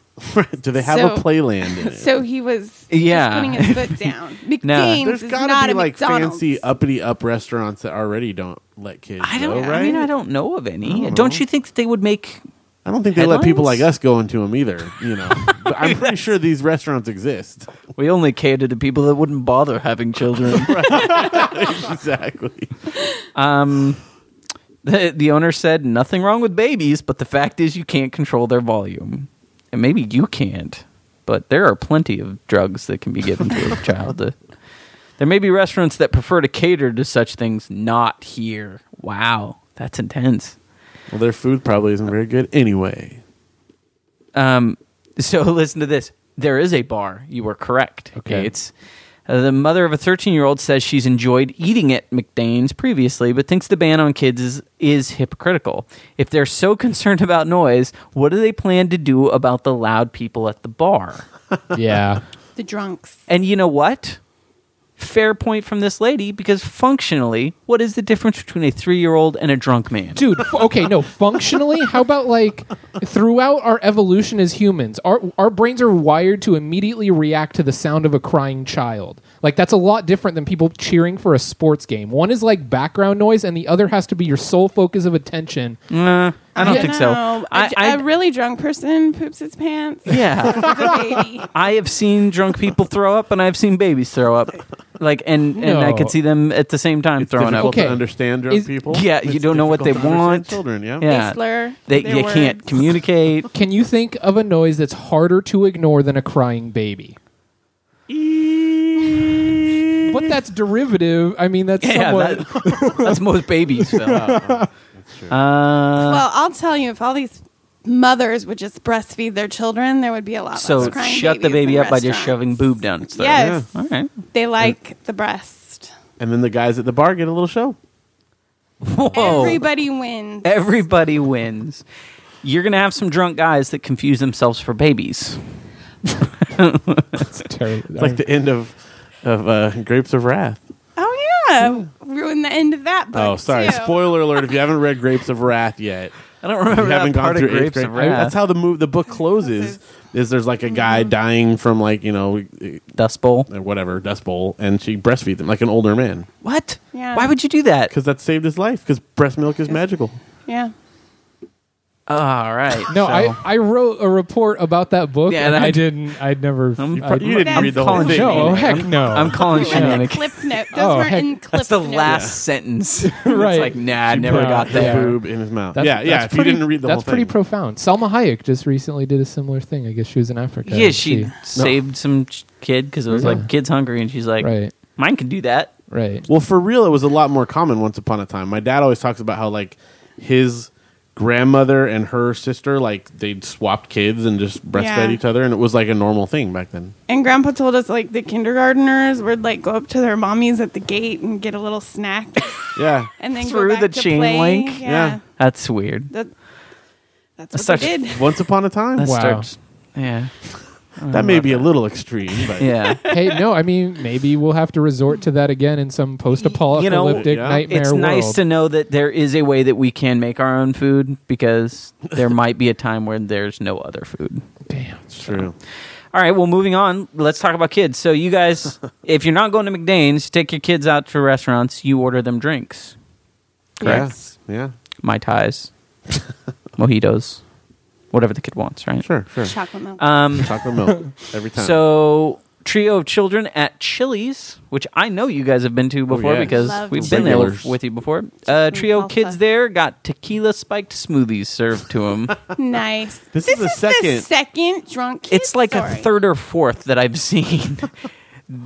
S3: Do they have a
S4: So-
S3: playland in it?
S4: So he was just
S1: Yeah.
S4: putting his foot down. McDane's
S3: There's
S4: is
S3: gotta
S4: not
S3: be
S4: a
S3: like
S4: McDonald's.
S3: fancy uppity up restaurants that already don't let kids.
S1: I don't.
S3: Go,
S1: I
S3: right?
S1: mean, I don't know of any. Don't,
S3: know.
S1: you think that they would make?
S3: I don't think they let people
S1: Headlines?
S3: like us go into them either. You know, but I'm pretty sure these restaurants exist.
S1: We only cater to people that wouldn't bother having children.
S3: exactly.
S1: um, the, the owner said nothing wrong with babies, but the fact is you can't control their volume, and maybe you can't. But there are plenty of drugs that can be given to a child. Uh, there may be restaurants that prefer to cater to such things. Not here. Wow, that's intense.
S3: Well, their food probably isn't very good anyway.
S1: Um, so listen to this. There is a bar. You were correct.
S2: Okay.
S1: It's uh, the mother of a 13 year old says she's enjoyed eating at McDane's previously, but thinks the ban on kids is, is hypocritical. If they're so concerned about noise, what do they plan to do about the loud people at the bar?
S2: Yeah.
S4: The drunks.
S1: And you know what? fair point from this lady because functionally, what is the difference between a three year old and a drunk man?
S2: dude f- okay no functionally how about like throughout our evolution as humans our, our brains are wired to immediately react to the sound of a crying child like that's a lot different than people cheering for a sports game one is like background noise and the other has to be your sole focus of attention
S1: Nah, I don't think so.
S4: know.
S1: I,
S4: A-
S1: I,
S4: a really drunk person poops its pants.
S1: yeah,
S4: It's a baby.
S1: I have seen drunk people throw up, and I've seen babies throw up. Like, and and I
S2: No.
S1: could see them at the same time
S3: It's
S1: throwing
S3: difficult
S1: up.
S2: Okay.
S3: to understand drunk
S2: Is-
S3: people.
S1: Yeah, you
S3: It's
S1: don't know what
S3: difficult
S1: they
S3: to understand
S1: want.
S3: Children, yeah.
S1: Yeah,
S4: They slur
S1: They,
S4: their
S1: you can't
S4: words.
S1: communicate.
S2: can you think of a noise that's harder to ignore than a crying baby but that's derivative i mean that's
S1: Yeah,
S2: somewhat
S1: that- that's most babies. Phil. Uh,
S4: Well, I'll tell you, if all these mothers would just breastfeed their children, there would be a lot
S1: so
S4: less crying
S1: shut the
S4: babies
S1: baby
S4: in
S1: up by just
S4: restaurants.
S1: shoving boob down its throat.
S4: Yes,
S1: All right.
S4: they like the breast.
S3: And then the guys at the bar get a little show.
S1: Whoa.
S4: Everybody wins.
S1: Everybody wins. You're gonna have some drunk guys that confuse themselves for babies.
S2: that's terrible
S3: It's like the end of of uh, Grapes of Wrath.
S4: oh yeah, ruin the end of that book.
S3: Oh, sorry.
S4: too.
S3: Spoiler alert! If you haven't read Grapes of Wrath yet,
S1: I don't
S3: you
S1: remember
S3: haven't
S1: that
S3: gone
S1: part
S3: through
S1: of
S3: eighth
S1: Grapes
S3: grade.
S1: of Wrath.
S3: That's how the move the book closes. Is there's like a guy dying from like you know
S1: Dust Bowl.
S3: uh, whatever dust bowl, and she breastfeeds him like an older man
S1: What?
S4: Yeah.
S1: Why would you do that?
S3: because that saved his life because breast milk is magical.
S4: Yeah,
S1: All right.
S2: No,
S1: so-
S2: I, I wrote a report about that book,
S1: Yeah,
S2: and
S1: that-
S2: I didn't. I'd never.
S1: Um,
S2: I-
S3: You didn't
S4: I'm
S3: read the whole
S1: calling
S3: thing.
S1: Jane.
S2: no,
S1: I'm-
S2: heck no.
S1: I'm calling
S4: We were in the
S1: shenanigans.
S4: clip note. Those
S2: Oh,
S4: were
S2: heck.
S4: in clip
S1: Oh, That's the
S4: notes.
S1: last sentence. It's
S2: Right.
S1: like, nah, I
S2: She
S1: never
S2: put
S1: got
S2: out
S1: there.
S2: Yeah.
S3: Boob in his mouth.
S2: That's-
S3: yeah, yeah.
S2: that's
S3: If you
S2: pretty-
S3: didn't read the
S2: that's
S3: whole
S2: pretty
S3: thing,
S2: profound. Selma Hayek just recently did a similar thing. I guess she was in Africa.
S1: Yeah,
S2: and
S1: she saved some ch- kid because it was
S2: Yeah.
S1: like kids hungry, and she's like,
S2: Right.
S1: mine can do that.
S2: Right.
S3: Well, for real, it was a lot more common once upon a time. My dad always talks about how like his grandmother and her sister like they'd swapped kids and just breastfed
S4: Yeah.
S3: each other, and it was like a normal thing back then.
S4: And Grandpa told us like the kindergarteners would like go up to their mommies at the gate and get a little snack,
S3: Yeah,
S4: and then
S1: Through
S4: go back
S1: the
S4: to
S1: chain
S4: play.
S1: link?
S4: Yeah,
S3: Yeah.
S1: That's weird.
S4: That- that's what
S1: Such-
S4: they did.
S3: once upon a time.
S1: That
S2: Wow.
S1: starts. Yeah.
S3: that may be a little extreme, but
S1: Yeah.
S2: hey, no, I mean maybe we'll have to resort to that again in some post-apocalyptic
S1: You know,
S3: Yeah.
S2: nightmare
S1: it's
S2: world.
S1: nice to know that there is a way that we can make our own food because there might be a time when there's no other food.
S2: Damn.
S3: it's true.
S1: All right, well, moving on, let's talk about kids. So, you guys, if you're not going to McDane's, take your kids out to restaurants, you order them drinks.
S4: Yes.
S3: Yeah,
S1: Mai Tais, mojitos, whatever the kid wants, right?
S3: yeah. Sure, sure.
S4: Chocolate milk.
S1: Um,
S3: Chocolate milk every time.
S1: so, trio of children at Chili's, which I know you guys have been to before
S3: Oh, yes.
S1: because
S4: Love
S1: we've
S4: Chili's.
S1: been there
S3: Regulars.
S1: with you before. Uh, trio of kids
S4: salsa.
S1: there got tequila spiked smoothies served to them.
S4: Nice.
S3: This is the second-
S4: second drunk. Kid
S1: it's like a
S4: story.
S1: third or fourth that I've seen.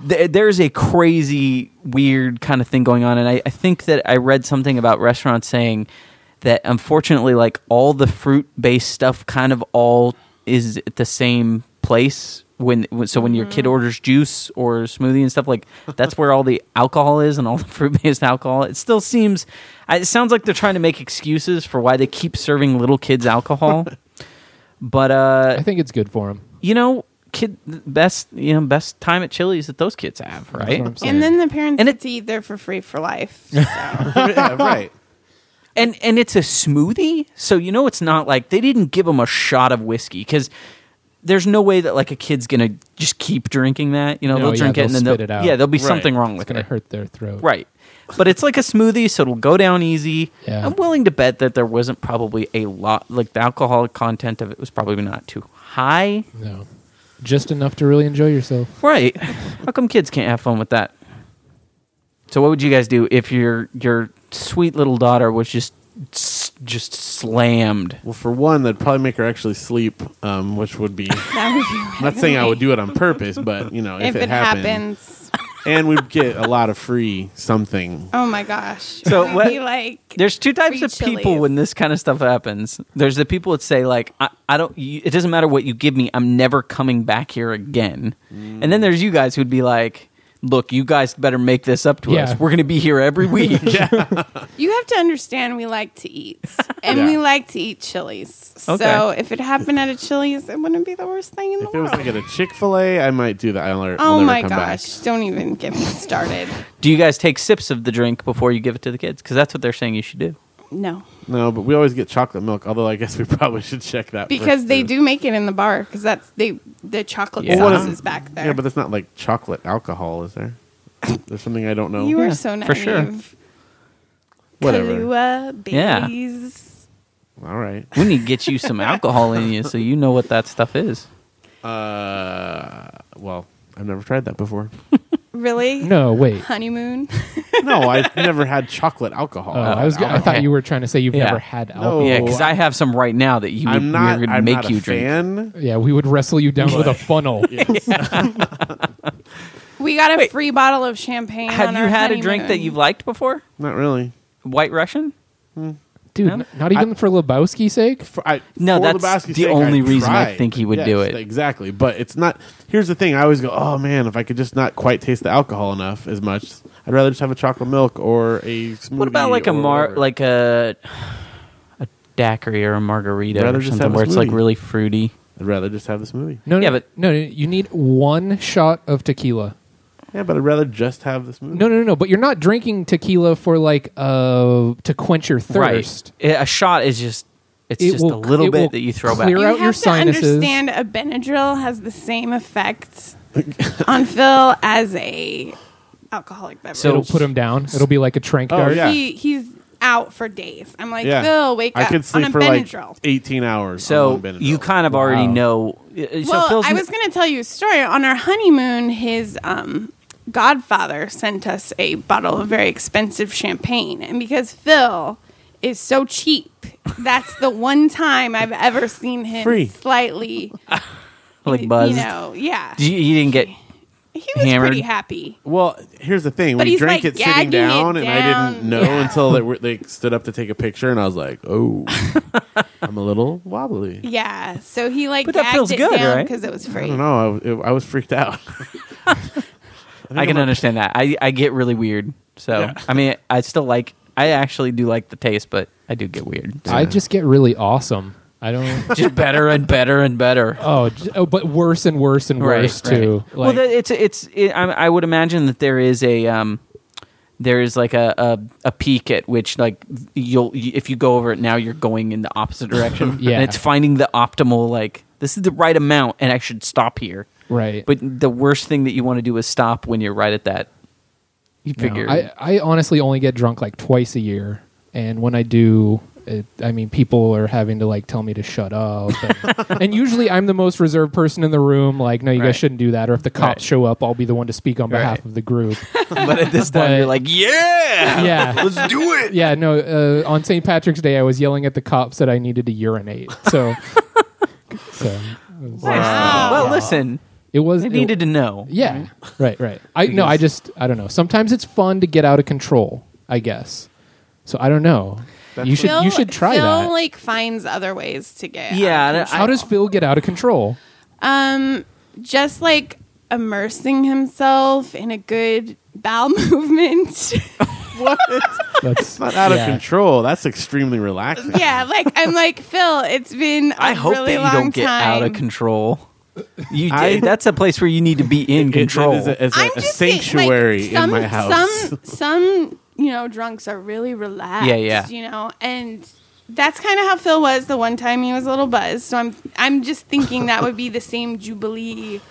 S1: Th- There's a crazy, weird kind of thing going on, and I, I think that I read something about restaurants saying that unfortunately, like all the fruit-based stuff, kind of all is at the same place. When when- so when your kid orders juice or smoothie and stuff like that's where all the alcohol is and all the fruit-based alcohol. It still seems, I- it sounds like they're trying to make excuses for why they keep serving little kids alcohol. But uh,
S2: I think it's good for him.
S1: you know, kid best you know best time at Chili's that those kids have, right?
S2: what I'm saying.
S4: And then the parents
S1: And
S4: and
S1: it-
S4: get to eat there for free for life.
S3: yeah, right.
S1: And and it's a smoothie, so you know it's not like they didn't give them a shot of whiskey because there's no way that like a kid's gonna just keep drinking that. You know,
S2: No,
S1: they'll
S2: yeah,
S1: drink it and
S2: they'll
S1: then
S2: spit
S1: they'll
S2: it out.
S1: yeah, there'll be
S3: Right.
S1: something wrong
S2: It's
S1: with
S2: gonna
S1: it,
S2: hurt their throat.
S1: right? But it's like a smoothie, so it'll go down easy.
S2: Yeah.
S1: I'm willing to bet that there wasn't probably a lot like the alcohol content of it was probably not too high.
S2: No. Just enough to really enjoy yourself.
S1: Right. How come kids can't have fun with that? So what would you guys do if your your sweet little daughter was just s- just slammed?
S3: Well, for one, that'd probably make her actually sleep, um, which would be. I'm
S4: That would be
S3: not saying I would do it on purpose, but you know, if,
S4: if it
S3: happened,
S4: happens.
S3: and we'd get a lot of free something.
S4: Oh my gosh.
S1: So
S4: It would
S1: what-
S4: be like
S1: There's two types
S4: Free
S1: of people
S4: chilies.
S1: when this kind of stuff happens. There's the people that say like I, I don't you, it doesn't matter what you give me, I'm never coming back here again. And then there's you guys who'd be like look, you guys better make this up to
S2: Yeah.
S1: us. We're going to be here every week.
S4: You have to understand we like to eat, and
S3: Yeah.
S4: we like to eat chilies. So
S1: Okay.
S4: if it happened at a Chili's, it wouldn't be the worst thing in the
S3: If it
S4: world.
S3: was like at a Chick Fil A, I might do that. I'll, I'll
S4: oh
S3: never
S4: my
S3: come
S4: gosh! Don't even get me started.
S1: Do you guys take sips of the drink before you give it to the kids? Because that's what they're saying you should do.
S4: No,
S3: back. No, but we always get chocolate milk. Although I guess we probably should check that
S4: because
S3: first,
S4: they
S3: too.
S4: do make it in the bar. Because that's they the chocolate
S1: Yeah. Well, what
S4: sauce
S3: is-
S4: is back there.
S3: Yeah, but that's not like chocolate alcohol, is there? There's something I don't know.
S4: you
S1: Yeah,
S4: are so naive.
S1: for sure.
S3: Whatever.
S4: Kahlua,
S1: Yeah.
S4: Baileys.
S3: All right.
S1: We need to get you some alcohol in you so you know what that stuff is.
S3: Uh, well, I've never tried that before.
S4: Really?
S2: No, wait.
S4: Honeymoon.
S3: no, I've never had chocolate alcohol.
S2: Oh, I was. I
S1: okay.
S2: thought you were trying to say you've
S1: Yeah.
S2: never had alcohol.
S3: Oh,
S1: yeah, because I have some right now that you would,
S3: I'm not.
S1: we're going to
S3: I'm
S1: make
S3: not
S1: you
S3: a
S1: drink.
S3: fan.
S2: Yeah, we would wrestle you down with a funnel.
S4: we got a free bottle of champagne.
S1: Have
S4: on
S1: you
S4: our
S1: had a drink that
S4: honeymoon.
S1: you've liked before?
S3: Not really.
S1: White Russian?
S2: Dude,
S1: No?
S2: n- not even for Lebowski's sake?
S3: For, I,
S1: No,
S3: for
S1: that's
S3: Lebowski's
S1: the
S3: sake,
S1: only reason I
S3: tried.
S1: think he would
S3: Yes,
S1: do it.
S3: Exactly. But it's not. Here's the thing. I always go, oh man, if I could just not quite taste the alcohol enough as much, I'd rather just have a chocolate milk or a smoothie.
S1: What about like a
S3: or-
S1: mar like a a daiquiri or a margarita
S3: Rather
S1: or
S3: just have
S1: something
S3: a
S1: where it's like
S3: smoothie.
S1: really fruity?
S3: I'd rather just have the smoothie.
S2: No, no,
S1: Yeah, but-
S2: no, no, you need one shot of tequila.
S3: Yeah, but I'd rather just have the smoothie.
S2: No, no, no, no, but you're not drinking tequila for like uh to quench your thirst.
S1: Right. A shot is just it's
S2: It
S1: just
S2: will-
S1: a little
S2: it will
S1: bit that you throw
S2: clear
S1: back.
S4: You
S2: out
S4: have
S2: your
S4: to
S2: sinuses.
S4: understand a Benadryl has the same effect on Phil as a alcoholic beverage.
S1: So-
S2: It'll put him down. It'll be like a trank
S3: Oh,
S2: dart.
S3: yeah.
S4: he he's out for days. I'm like,
S3: Yeah.
S4: Phil, wake
S3: I
S4: up
S3: could sleep
S4: on a
S3: for
S4: Benadryl.
S3: like 18 hours. on
S1: So
S3: one Benadryl.
S1: you kind of already
S2: Wow.
S1: know. uh, So
S4: well,
S1: Phil's
S4: I was going to tell you a story. On our honeymoon, his um, godfather sent us a bottle of very expensive champagne, and because Phil is so cheap, that's the one time I've ever seen him
S3: Free.
S4: slightly,
S1: like buzzed.
S4: you know, yeah.
S1: you, you didn't get
S4: he was
S1: hammered?
S4: pretty happy.
S3: Well, here's the thing.
S4: But
S3: we
S4: he's,
S3: drank
S4: like,
S3: it sitting
S4: gagging it
S3: down, and I didn't
S4: down.
S3: know
S4: Yeah.
S3: until they, were, they stood up to take a picture, and I was like, oh, I'm a little wobbly.
S4: Yeah, so he like
S1: But that
S4: gagged
S1: feels
S4: it
S1: good,
S4: down
S1: right?
S4: because it was
S3: I
S4: free.
S3: don't know. I, was- it- I was freaked out.
S1: I can understand that. I, I get really weird. So
S3: Yeah.
S1: I mean, I still like. I actually do like the taste, but I do get weird.
S2: I just get really awesome. I don't.
S1: Just better and better and better.
S2: oh, j- oh, but worse and worse and
S1: Right,
S2: worse
S1: right.
S2: too. Like,
S1: well, the- it's it's. It, I, I would imagine that there is a um, there is like a, a a peak at which like you'll if you go over it now you're going in the opposite direction.
S2: Yeah.
S1: and it's finding the optimal like this is the right amount, and I should stop here.
S2: right.
S1: But the worst thing that you want to do is stop when you're right at that. You
S2: No,
S1: figure
S2: I, I honestly only get drunk like twice a year, and when I do, it, I mean, people are having to like tell me to shut up. And, and usually, I'm the most reserved person in the room. Like, no, you
S1: Right.
S2: guys shouldn't do that. Or if the
S1: Right.
S2: cops show up, I'll be the one to speak on behalf
S1: Right.
S2: of the group.
S1: but at this time
S2: But-
S1: you're like, yeah,
S2: yeah,
S5: Let's do it.
S2: yeah. No, uh, on St. Patrick's Day, I was yelling at the cops that I needed to urinate. So, so
S4: Wow.
S1: Well, listen,
S2: it was
S1: they
S2: it-
S1: needed to know.
S2: Yeah, right, right. I no, I just I don't know. Sometimes it's fun to get out of control. I guess. So I don't know. you should
S4: Phil,
S2: you should try
S4: Phil,
S2: that.
S4: like finds other ways to get. out of
S1: Yeah, and I-
S2: How does Phil get out of control?
S4: Um, just like immersing himself in a good bowel movement.
S3: what? It's
S2: That's
S3: not out
S2: yeah.
S3: of control. That's extremely relaxing.
S4: yeah, like I'm like Phil. It's been I
S1: I hope
S4: really
S1: that you
S4: long
S1: don't get
S4: time.
S1: out of control. You did.
S3: I-
S1: that's a place where you need to be in
S3: It- it
S1: control.
S3: is a, is a-
S4: I'm
S3: a
S4: just saying, like,
S3: sanctuary
S4: some-
S3: in my house.
S4: Some some you know drunks are really relaxed.
S1: Yeah, yeah.
S4: You know, and that's kind of how Phil was the one time he was a little buzzed. So I'm I'm just thinking that would be the same jubilee.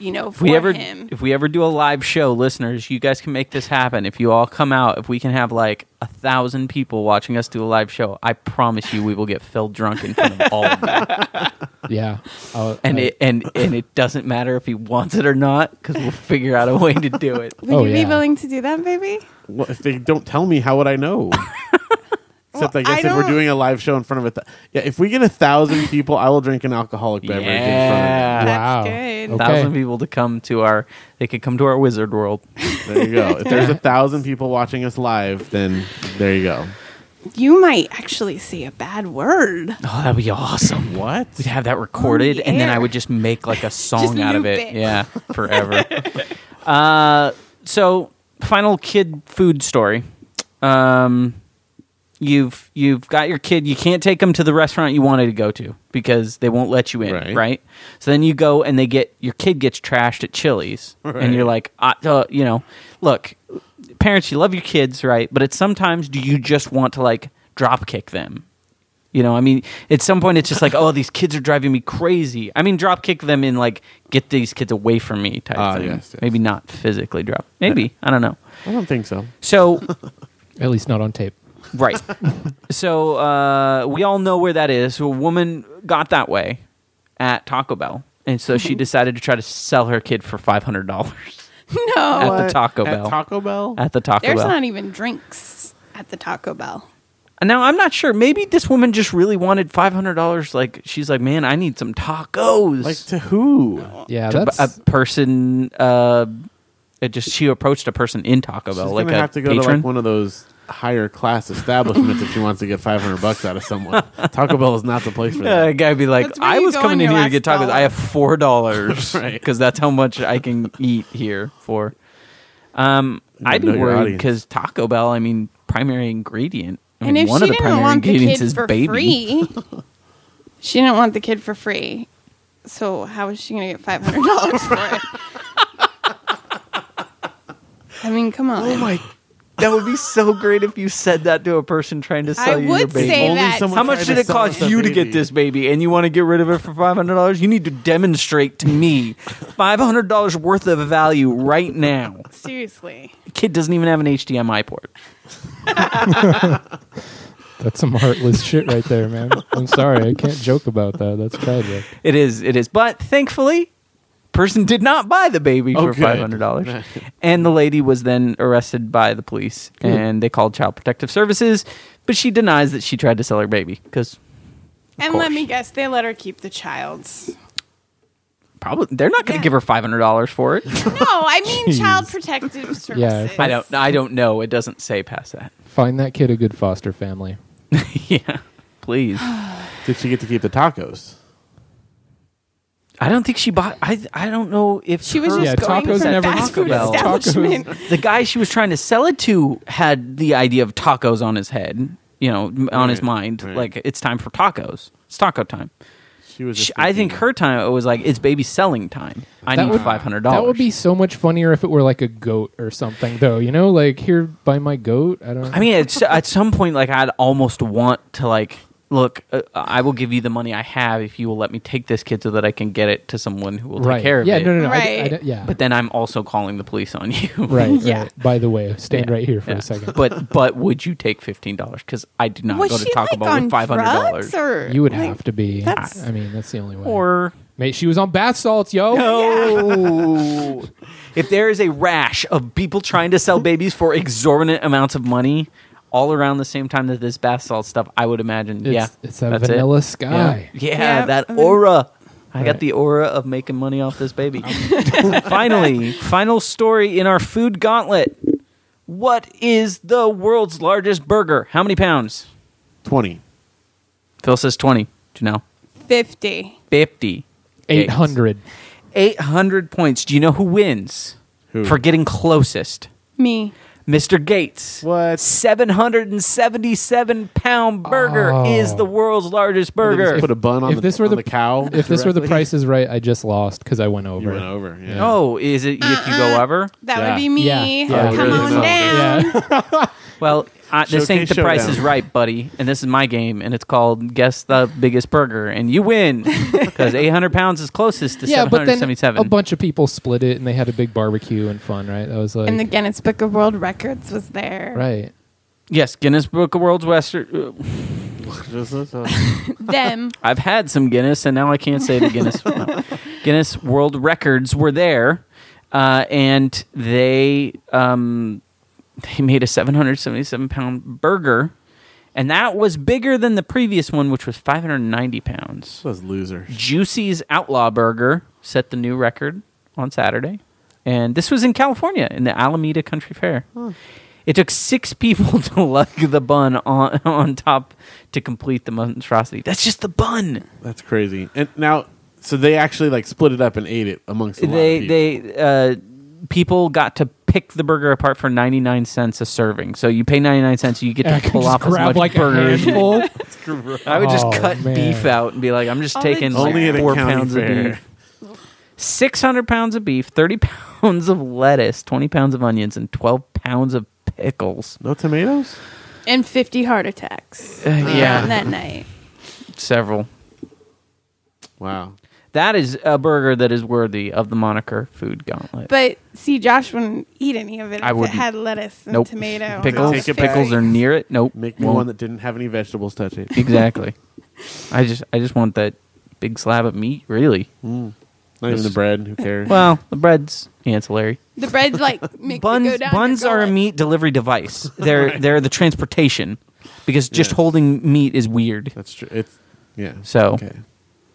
S4: You know,
S1: if
S4: for
S1: we ever
S4: him.
S1: if we ever do a live show, listeners, you guys can make this happen. If you all come out, if we can have like a thousand people watching us do a live show, I promise you, we will get Phil drunk in front of all of them.
S2: yeah. uh, I'll-
S1: And
S2: I-
S1: it and and it doesn't matter if he wants it or not, because we'll figure out a way to do it.
S4: Would
S2: Oh,
S4: you
S2: yeah.
S4: be willing to do that, baby?
S3: Well, if they don't tell me, how would I know? Except
S4: Well,
S3: I guess
S4: I
S3: if we're
S4: don't-
S3: doing a live show in front of a th- yeah, if we get a thousand people, I will drink an alcoholic beverage in front of them.
S1: Yeah.
S2: wow.
S4: good.
S2: Okay.
S1: thousand people to come to our they could come to our wizard world
S3: There you go. If there's a thousand people watching us live, then there you go.
S4: You might actually say a bad word.
S1: oh that'd be awesome
S3: What?
S1: we'd have that recorded
S4: the
S1: and then i
S4: air.
S1: would just make like a song out of
S4: loop
S1: it
S4: it.
S1: yeah forever uh so final kid food story. Um, you've you've got your kid. You can't take them to the restaurant you wanted to go to because they won't let you in, right?
S3: Right.
S1: So then you go and they get your kid gets trashed at Chili's,
S3: Right.
S1: and you're like, uh, uh, you know, look, parents, you love your kids, right? But it's sometimes do you just want to like drop kick them? You know, I mean, at some point it's just like, oh, these kids are driving me crazy. I mean, drop kick them in like get these kids away from me type
S3: Ah,
S1: thing.
S3: yes, yes.
S1: Maybe not physically drop. Maybe I don't know.
S3: I don't think so.
S1: So
S2: At least not on tape.
S1: right. so uh, we all know where that is. A woman got that way at Taco Bell, and so
S4: Mm-hmm.
S1: she decided to try to sell her kid for five hundred dollars
S4: No,
S1: At the Taco
S3: At
S1: Bell.
S3: Taco Bell.
S1: at the Taco
S4: there's
S1: Bell.
S4: not even drinks at the Taco Bell.
S1: Now I'm not sure. Maybe this woman just really wanted five hundred dollars. Like she's like, man, I need some tacos.
S3: like to who?
S2: Yeah,
S1: to b-
S2: that's
S1: a person. Uh, it just she approached a person in Taco Bell,
S3: She's
S1: like
S3: gonna
S1: a
S3: have to go
S1: patron.
S3: to like one of those higher class establishments if she wants to get 500 bucks out of someone. Taco Bell is not the place for
S1: Yeah,
S3: that.
S1: a guy be like,
S4: That's where
S1: I
S4: you
S1: was
S4: go
S1: coming
S4: on
S1: in
S4: your
S1: here to
S4: last
S1: get tacos.
S4: dollar."
S1: I have four dollars
S3: Right.
S1: because that's how much I can eat here for. Um, I'd be
S3: know your
S1: worried
S3: audience.
S1: because Taco Bell. I mean, primary ingredient. I
S4: and
S1: mean,
S4: if
S1: one
S4: she
S1: of the
S4: didn't
S1: primary
S4: want the
S1: ingredients
S4: kid
S1: is
S4: for
S1: baby.
S4: free, she didn't want the kid for free. So how is she going to get five hundred dollars for it? I mean, come on.
S1: Oh my! That would be so great if you said that to a person trying to sell
S4: I
S1: you your
S4: would
S1: baby.
S4: say
S3: Only
S4: that.
S3: someone-
S1: How much
S3: trying
S1: did
S3: to
S1: it
S3: sell
S1: cost
S3: us a
S1: you to
S3: baby.
S1: get this baby, and you want to get rid of it for five hundred dollars? You need to demonstrate to me five hundred dollars worth of value right now.
S4: Seriously.
S1: The kid doesn't even have an HDMI port.
S2: that's some heartless shit right there, man. I'm sorry, I can't joke about that. That's tragic.
S1: It is. It is. But thankfully, person did not buy the baby
S3: Oh,
S1: for
S3: good.
S1: five hundred dollars, and the lady was then arrested by the police,
S3: Hmm.
S1: and they called Child Protective Services. But she denies that she tried to sell her baby because
S4: And
S1: course.
S4: let me guess, they let her keep the child's.
S1: probably they're not going to
S4: Yeah.
S1: give her five hundred dollars for it.
S4: No, I mean
S2: Jeez.
S4: child protective services.
S1: I don't. I don't know. It doesn't say past that.
S2: Find that kid a good foster family.
S1: yeah, please.
S3: Did she get to keep the tacos?
S1: I don't think she bought. I I don't know if
S4: She was
S1: her-
S4: just
S2: Yeah,
S4: going
S2: tacos
S4: from
S2: never
S4: fast
S1: Taco
S4: food
S1: Bell.
S4: establishment.
S1: the guy she was trying to sell it to had the idea of tacos on his head, you know, m on his
S3: Right,
S1: mind.
S3: right.
S1: Like it's time for tacos. It's taco time.
S3: She was.
S1: Sh
S3: Just
S1: I think
S3: thinking-
S1: her time it was like it's baby selling time. I
S2: That
S1: need
S2: would-
S1: five hundred dollars.
S2: That would be so much funnier if it were like a goat or something, though. You know, like here by my goat. I don't.
S1: I mean, it's, at some point, like I'd almost want to like look. Uh, I will give you the money I have if you will let me take this kid so that I can get it to someone who will
S2: right?
S1: take care of
S2: yeah,
S1: it.
S2: no, no, no. I d- I
S4: Right.
S2: d- yeah,
S1: But then I'm also calling the police on you.
S2: right,
S4: Yeah.
S2: right. By the way, stand
S1: Yeah,
S2: right here for
S1: yeah.
S2: a second.
S1: But but would you take fifteen dollars? Because I do not
S4: Was
S1: go to
S4: she
S1: Taco
S4: like
S1: Bell
S4: on
S1: with five hundred dollars.
S4: drugs or
S2: You would
S4: like,
S2: have to be.
S4: that's-
S2: I mean, that's the only way.
S1: Or
S2: Mate, she was on bath salts, yo.
S1: no. if there is a rash of people trying to sell babies for exorbitant amounts of money all around the same time that this bath salt stuff, I would imagine.
S2: It's,
S1: yeah,
S2: it's that
S1: that's it.
S2: vanilla sky.
S1: Yeah,
S4: Yeah,
S1: that
S4: I mean-
S1: aura. I got
S2: Right.
S1: the aura of making money off this baby. Finally, final story in our food gauntlet. What is the world's largest burger? How many pounds?
S3: twenty.
S1: Phil says 20. Janelle,
S4: fifty?
S1: 50.
S2: Eight hundred.
S1: 800 points. Do you know who wins
S3: Who?
S1: for getting closest?
S4: Me.
S1: Mr. Gates.
S3: What?
S1: 777 pound burger
S2: Oh.
S1: is the world's largest
S3: They just
S1: burger.
S3: Put a bun on
S2: if
S3: the,
S2: this were
S3: on
S2: the-
S3: the cow.
S2: If this were the
S3: directly.
S2: Price is Right, I just lost because I went over.
S3: you went over. Yeah.
S1: Oh, is it if you
S4: Uh-huh.
S1: go over?
S4: That
S3: Yeah.
S4: would be me.
S2: Yeah. Yeah.
S4: Come
S3: Really?
S4: on
S3: No.
S4: down.
S2: Yeah.
S1: Well, I, this ain't
S3: Showcase
S1: the price is
S3: Showdown.
S1: right, buddy. And this is my game, and it's called Guess the Biggest Burger. And you win because 800 pounds is closest to
S2: yeah, but then
S1: 777.
S2: a bunch of people split it and they had a big barbecue and fun, right? That was like
S4: And the Guinness Book of World Records was there.
S2: right.
S1: yes, Guinness Book of uh, World's Western.
S3: Just- just- uh,
S4: Them.
S1: I've had some Guinness, and now I can't say the Guinness. No. Guinness World Records were there, uh, and they um, they made a 777 pound burger, and that was bigger than the previous one, which was 590 pounds.
S3: Those losers.
S1: Juicy's Outlaw Burger set the new record on Saturday, and this was in California in the Alameda Country Fair. It took six people to lug the bun on on top to complete the monstrosity. That's just the bun.
S3: That's crazy. And now, so they actually like split it up and ate it amongst a lot
S1: they
S3: of people.
S1: they uh, people got to pick the burger apart for 99 cents a serving. So you pay 99 cents, you get
S2: And I
S1: to
S2: can
S1: pull
S2: just
S1: off as
S2: grab
S1: much
S2: like
S1: burger
S2: a
S1: as you
S2: handful.
S1: I would just
S2: Oh,
S1: cut
S2: man.
S1: beef out and be like, I'm just
S4: Oh,
S1: taking
S4: that's
S1: like
S3: Only at a
S1: four
S3: county
S1: pounds
S3: fair.
S1: of beef. 600 pounds of beef, 30 pounds of lettuce, 20 pounds of onions, and 12 pounds of pickles.
S3: No tomatoes?
S4: and 50 heart attacks
S1: Uh, yeah.
S4: that night.
S1: Several.
S3: Wow.
S1: That is a burger that is worthy of the moniker Food Gauntlet.
S4: But see, Josh wouldn't eat any of it
S1: I
S4: if it
S1: wouldn't.
S4: had lettuce and
S1: nope.
S4: tomato.
S1: Pickles,
S3: Take it back.
S1: pickles are near it. Nope.
S3: Make me
S1: Won't.
S3: one that didn't have any vegetables touch it.
S1: exactly. I just I just want that big slab of meat, really.
S3: Mm. Not even the bread. Who cares?
S1: Well, the bread's ancillary.
S4: The bread like makes it go
S1: buns
S4: down
S1: buns
S4: your
S1: are a
S4: gullet.
S1: meat delivery device. They're they're the transportation because just
S3: Yeah.
S1: holding meat is weird.
S3: that's true. It's yeah.
S1: So-
S3: okay.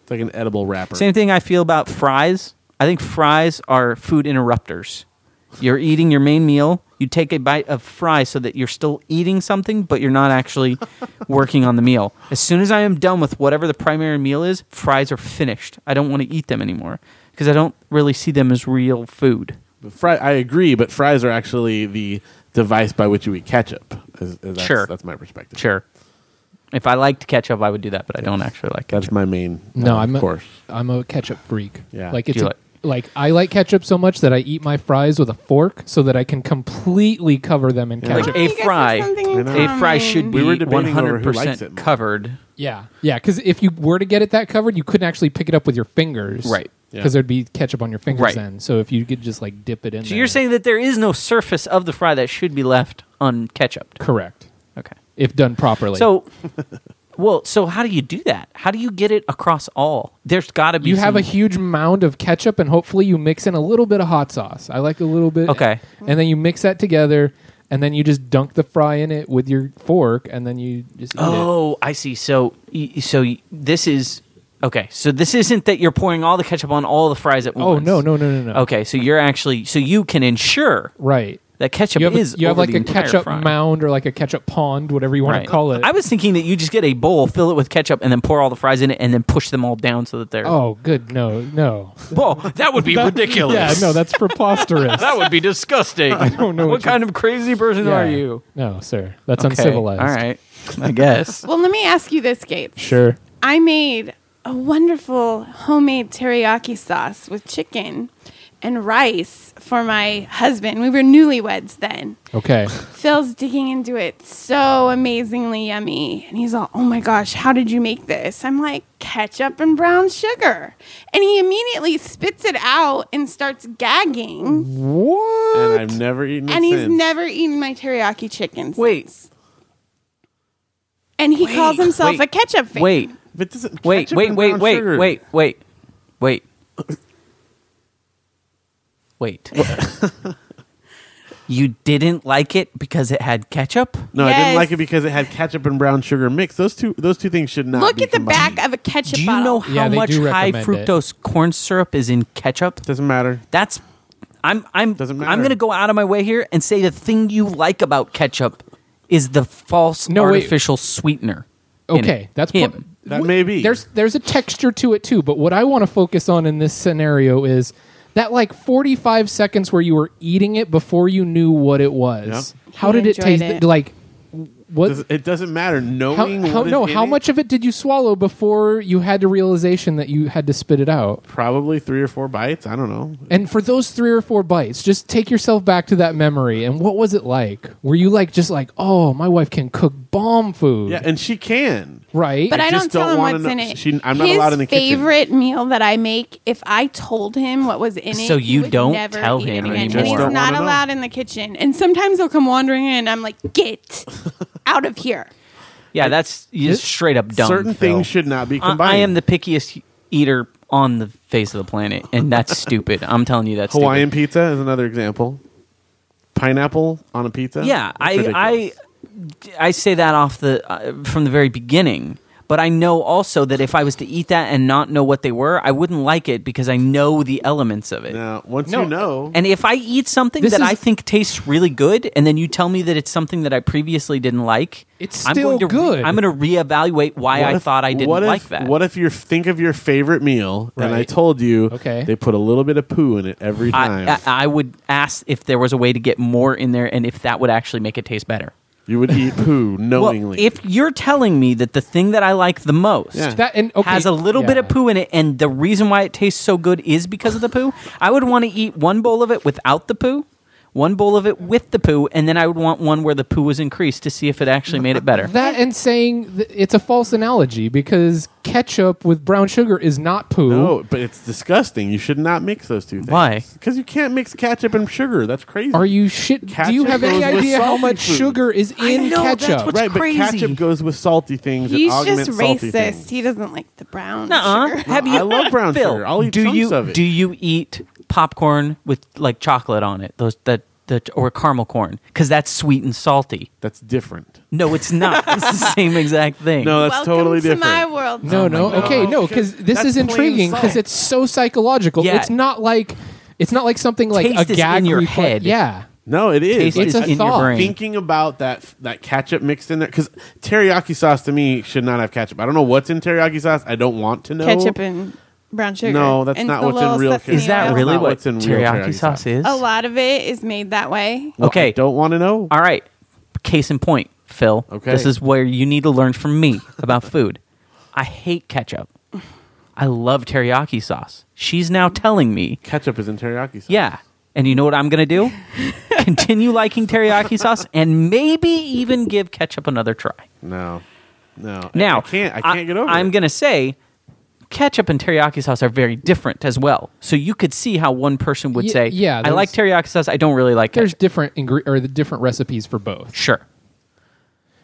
S3: It's like an edible wrapper.
S1: Same thing I feel about fries. I think fries are food interrupters. You're eating your main meal, you take a bite of fries so that you're still eating something, but you're not actually working on the meal. As soon as I am done with whatever the primary meal is, fries are finished. I don't want to eat them anymore because I don't really see them as real food.
S3: But Fry, I agree, but fries are actually the device by which you eat ketchup. Is, is that's,
S1: Sure.
S3: That's my perspective.
S1: Sure. If I liked ketchup, I would do that, but I don't actually like
S3: That's
S1: ketchup.
S3: my main.
S2: No,
S3: uh,
S2: I'm a,
S3: of course.
S2: I'm a ketchup freak.
S3: Yeah.
S2: like
S3: Do
S2: it's
S1: you
S2: a-
S1: like-
S2: like, I like ketchup so much that I eat my fries with a fork so that I can completely cover them in
S3: Yeah.
S4: Oh,
S1: Like
S2: ketchup.
S1: a
S4: you guys have
S1: fry.
S4: something in
S3: I know.
S1: A fry should
S4: common.
S1: be
S3: We were debating over who likes it
S1: 100%
S3: more.
S1: covered.
S2: Yeah, yeah, because if you were to get it that covered, you couldn't actually pick it up with your fingers,
S1: Right.
S3: Yeah.
S2: Because there'd be ketchup on your fingers
S1: Right.
S2: then. So if you could just like dip it in,
S1: So
S2: there.
S1: you're saying that there is no surface of the fry that should be left unketchuped.
S2: correct
S1: Okay.
S2: if done properly.
S1: So, well, so how do you do that? How do you get it across all? There's got to be
S2: you have a
S1: some-
S2: huge mound of ketchup and hopefully you mix in a little bit of hot sauce. I like a little bit.
S1: Okay.
S2: And then you mix that together and then you just dunk the fry in it with your fork and then you just eat it.
S1: Oh, I see. So, y- so y- this is okay. So this isn't that you're pouring all the ketchup on all the fries at
S2: Oh
S1: once.
S2: no, no, no, no, no.
S1: Okay, so you're actually so you can ensure
S2: Right.
S1: that ketchup
S2: You have,
S1: is
S2: you have
S1: over
S2: like
S1: the
S2: a
S1: entire
S2: ketchup
S1: fry.
S2: mound or like a ketchup pond, whatever you want
S1: Right.
S2: to call it.
S1: I was thinking that you just get a bowl, fill it with ketchup, and then pour all the fries in it, and then push them all down so that they're.
S2: Oh, good. No, no.
S1: Whoa, that would be ridiculous.
S2: Yeah, no, that's preposterous.
S1: That would be disgusting. I
S2: don't know
S1: What,
S2: what you-
S1: kind of crazy person
S2: Yeah.
S1: are you?
S2: No, sir. That's
S1: Okay,
S2: uncivilized.
S1: All right. I guess.
S4: Well, let me ask you this, Gabe.
S2: Sure.
S4: I made a wonderful homemade teriyaki sauce with chicken and rice for my husband. We were newlyweds then.
S2: Okay.
S4: Phil's digging into it so amazingly yummy. And he's all, oh my gosh, how did you make this? I'm like, ketchup and brown sugar. And he immediately spits it out and starts gagging.
S2: what?
S3: And I've never eaten. it
S4: And he's
S3: since.
S4: never eaten my teriyaki chicken. since.
S1: Wait.
S4: And he calls himself
S1: wait,
S4: a ketchup fan.
S1: Wait,
S3: But doesn't
S1: wait,
S3: ketchup
S1: wait,
S3: and
S1: wait,
S3: brown
S1: wait,
S3: sugar-
S1: wait, wait, wait, wait. you didn't like it because it had ketchup?
S3: No, I
S4: Yes.
S3: didn't like it because it had ketchup and brown sugar mixed. Those two, those two things should not.
S4: Look
S3: be
S4: at the
S3: combined.
S4: back of a ketchup
S1: Do you
S4: bottle.
S1: know how
S2: Yeah, they
S1: much
S2: do
S1: high
S2: recommend it.
S1: fructose corn syrup is in ketchup?
S3: Doesn't matter.
S1: That's I'm I'm
S3: Doesn't
S1: I'm
S3: matter.
S1: going to go out of my way here and say the thing you like about ketchup is the false
S2: No, wait.
S1: artificial sweetener. in it.
S2: Okay, that's
S1: Him.
S2: pro-
S3: That may be.
S2: There's there's a texture to it too, but what I want to focus on in this scenario is that like 45 seconds where you were eating it before you knew what it was. How
S4: You
S2: did it
S4: enjoyed
S2: taste?
S4: it.
S2: Like what?
S3: Does- it doesn't matter.
S2: how,
S3: Knowing
S2: how,
S3: what is
S2: no,
S3: in
S2: how
S3: it,
S2: much of it did you swallow before you had the realization that you had to spit it out?
S3: Probably three or four bites. I don't know.
S2: And for those three or four bites, just take yourself back to that memory. And what was it like? Were you like just like, oh, my wife can cook bomb food,
S3: Yeah, and she can.
S2: right?
S4: But I,
S3: just
S4: don't tell
S3: don't
S4: him
S3: wanna
S4: what's
S3: know-
S4: in it.
S3: she- I'm not
S4: His
S3: allowed in the kitchen.
S4: favorite meal that I make, if I told him what was in it,
S1: So
S4: he
S1: you
S4: would
S1: don't
S4: never
S1: tell
S4: eat it
S1: him
S4: again.
S1: anymore.
S4: And he's
S1: Just
S3: don't
S4: not
S3: wanna know.
S4: allowed in the kitchen. And sometimes he'll come wandering in. and I'm like, get out of here.
S1: Yeah, that's you just straight up dumb.
S3: Certain
S1: Phil.
S3: things should not be
S1: I,
S3: combined.
S1: I am the pickiest eater on the face of the planet, and that's stupid. I'm telling you, that's
S3: Hawaiian
S1: Stupid.
S3: pizza is another example. Pineapple on a pizza.
S1: Yeah,
S3: That's
S1: I,
S3: ridiculous.
S1: I I say that off the uh, from the very beginning. But I know also that if I was to eat that and not know what they were, I wouldn't like it because I know the elements of it.
S3: Now, once
S2: No.
S3: you know,
S1: And if I eat something
S2: This
S1: that
S2: is-
S1: I think tastes really good, and then you tell me that it's something that I previously didn't like,
S2: It's
S1: I'm
S2: still
S1: going to re-
S2: good.
S1: I'm going to reevaluate why
S3: What
S1: I
S3: if-
S1: thought I didn't
S3: what if,
S1: like that.
S3: What if you think of your favorite meal and I
S2: Right.
S3: told you
S2: Okay.
S3: they put a little bit of poo in it every time?
S1: I, I, I would ask if there was a way to get more in there, and if that would actually make it taste better.
S3: you would eat poo knowingly.
S1: Well, if you're telling me that the thing that I like the most
S3: Yeah.
S2: That and okay,
S1: has a little bit
S2: yeah.
S1: of poo in it, and the reason why it tastes so good is because of the poo, I would want to eat one bowl of it without the poo, one bowl of it with the poo, and then I would want one where the poo was increased to see if it actually made it better.
S2: That and saying th- it's a false analogy because ketchup with brown sugar is not poo.
S3: no, but it's disgusting. You should not mix those two things.
S1: Why?
S3: Because you can't mix ketchup and sugar. That's crazy.
S2: Are you shit? Do you
S3: Ketchup
S2: have any
S3: goes with
S2: idea how
S3: salty
S2: much
S3: food.
S2: sugar is in
S1: know, that's
S2: ketchup?
S1: what's
S3: right?
S1: crazy.
S3: But ketchup goes with salty things.
S4: He's
S3: and
S4: just
S3: augments salty
S4: racist.
S3: things.
S4: He doesn't like the brown
S1: Nuh-uh.
S4: sugar.
S1: Have you?
S3: I love brown
S1: Phil,
S3: sugar. I'll eat
S1: do
S3: chunks
S1: you
S3: of it.
S1: do you eat popcorn with like chocolate on it? Those that the or caramel corn because that's sweet and salty.
S3: That's different.
S1: No, it's not. it's the same exact thing.
S3: No, that's
S4: Welcome
S3: totally
S4: to
S3: different. Oh
S4: my world.
S2: No, no, okay, no, because this
S3: That's
S2: is
S3: plain
S2: intriguing because
S3: salt.
S2: it's so psychological.
S1: Yeah.
S2: It's not like it's not like something like
S1: Taste
S2: a
S1: is
S2: gag
S1: in your
S2: reflex-
S1: head.
S2: Yeah,
S3: No, it is.
S1: Taste
S3: Like,
S1: is
S2: a
S1: in
S2: thought.
S1: your brain.
S3: thinking about that that ketchup mixed in there because teriyaki sauce to me should not have ketchup. I don't know what's in teriyaki sauce. I don't want to know.
S4: Ketchup and brown sugar.
S3: No, that's
S4: And
S3: not
S4: the
S3: what's in
S4: little
S3: real ketchup.
S4: sesame
S1: is that
S4: oil.
S3: That's
S1: really
S3: not
S1: what
S3: what's in real
S1: teriyaki
S3: teriyaki
S1: sauce
S3: sauce.
S1: is?
S4: A lot of it is made that way.
S3: Well,
S1: Okay.
S3: I don't want to know.
S1: All right. Case in point, Phil.
S3: Okay.
S1: This is where you need to learn from me about food. I hate ketchup. I love teriyaki sauce. She's now telling me,
S3: Ketchup is in teriyaki sauce.
S1: yeah. And you know what I'm going to do? Continue liking teriyaki sauce and maybe even give ketchup another try.
S3: No. No. I-
S1: Now,
S3: I can't. I can't get over.
S1: I'm
S3: it.
S1: going to say ketchup and teriyaki sauce are very different as well. So you could see how one person would
S2: Ye-
S1: say,
S2: yeah,
S1: I like teriyaki sauce. I don't really like
S2: there's
S1: ketchup.
S2: different ingre- or the different recipes for both.
S1: Sure.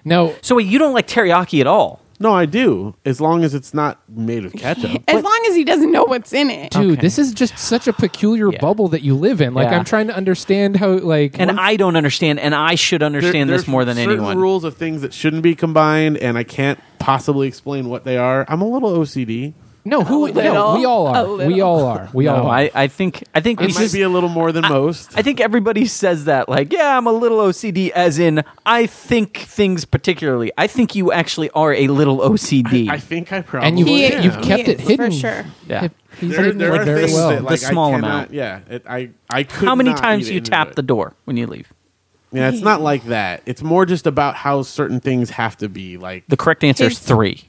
S2: Now,
S1: So wait, you don't like teriyaki at all?
S3: No, I do. As long as it's not made with ketchup.
S4: As long as he doesn't know what's in it.
S2: dude,
S1: Okay.
S2: this is just such a peculiar
S1: Yeah.
S2: bubble that you live in. Like,
S1: Yeah.
S2: I'm trying to understand how like
S1: and I don't understand, and I should understand
S3: There-
S1: this more than
S3: there's certain
S1: anyone.
S3: Rules of things that shouldn't be combined, and I can't possibly explain what they are. I'm a little OCD.
S2: no, who no,
S4: little,
S2: we all
S4: a
S2: are, we
S4: little.
S2: all are, we
S1: No,
S2: all are.
S1: I, I think I think
S3: I
S1: we
S3: might
S1: just,
S3: be a little more than most.
S1: I think everybody says that like yeah I'm a little OCD as in I think things particularly I think you actually are a little OCD.
S3: I think I probably
S2: and you
S4: He-
S3: am.
S2: you've kept
S4: He
S2: it
S4: is,
S2: hidden
S4: for sure.
S1: Yeah.
S2: Hip- He's
S3: There,
S2: hidden
S3: there
S2: it
S3: are
S2: very
S3: things
S2: well.
S3: that, like,
S1: The
S3: I
S1: small
S3: cannot-
S1: amount.
S3: Yeah, it, I I could.
S1: How many
S3: not
S1: times
S3: eat
S1: do
S3: it
S1: you
S3: into
S1: tap
S3: it.
S1: the door when you leave?
S3: Yeah, it's not like that. It's more just about how certain things have to be. Like,
S1: The correct answer is
S4: His-
S1: three.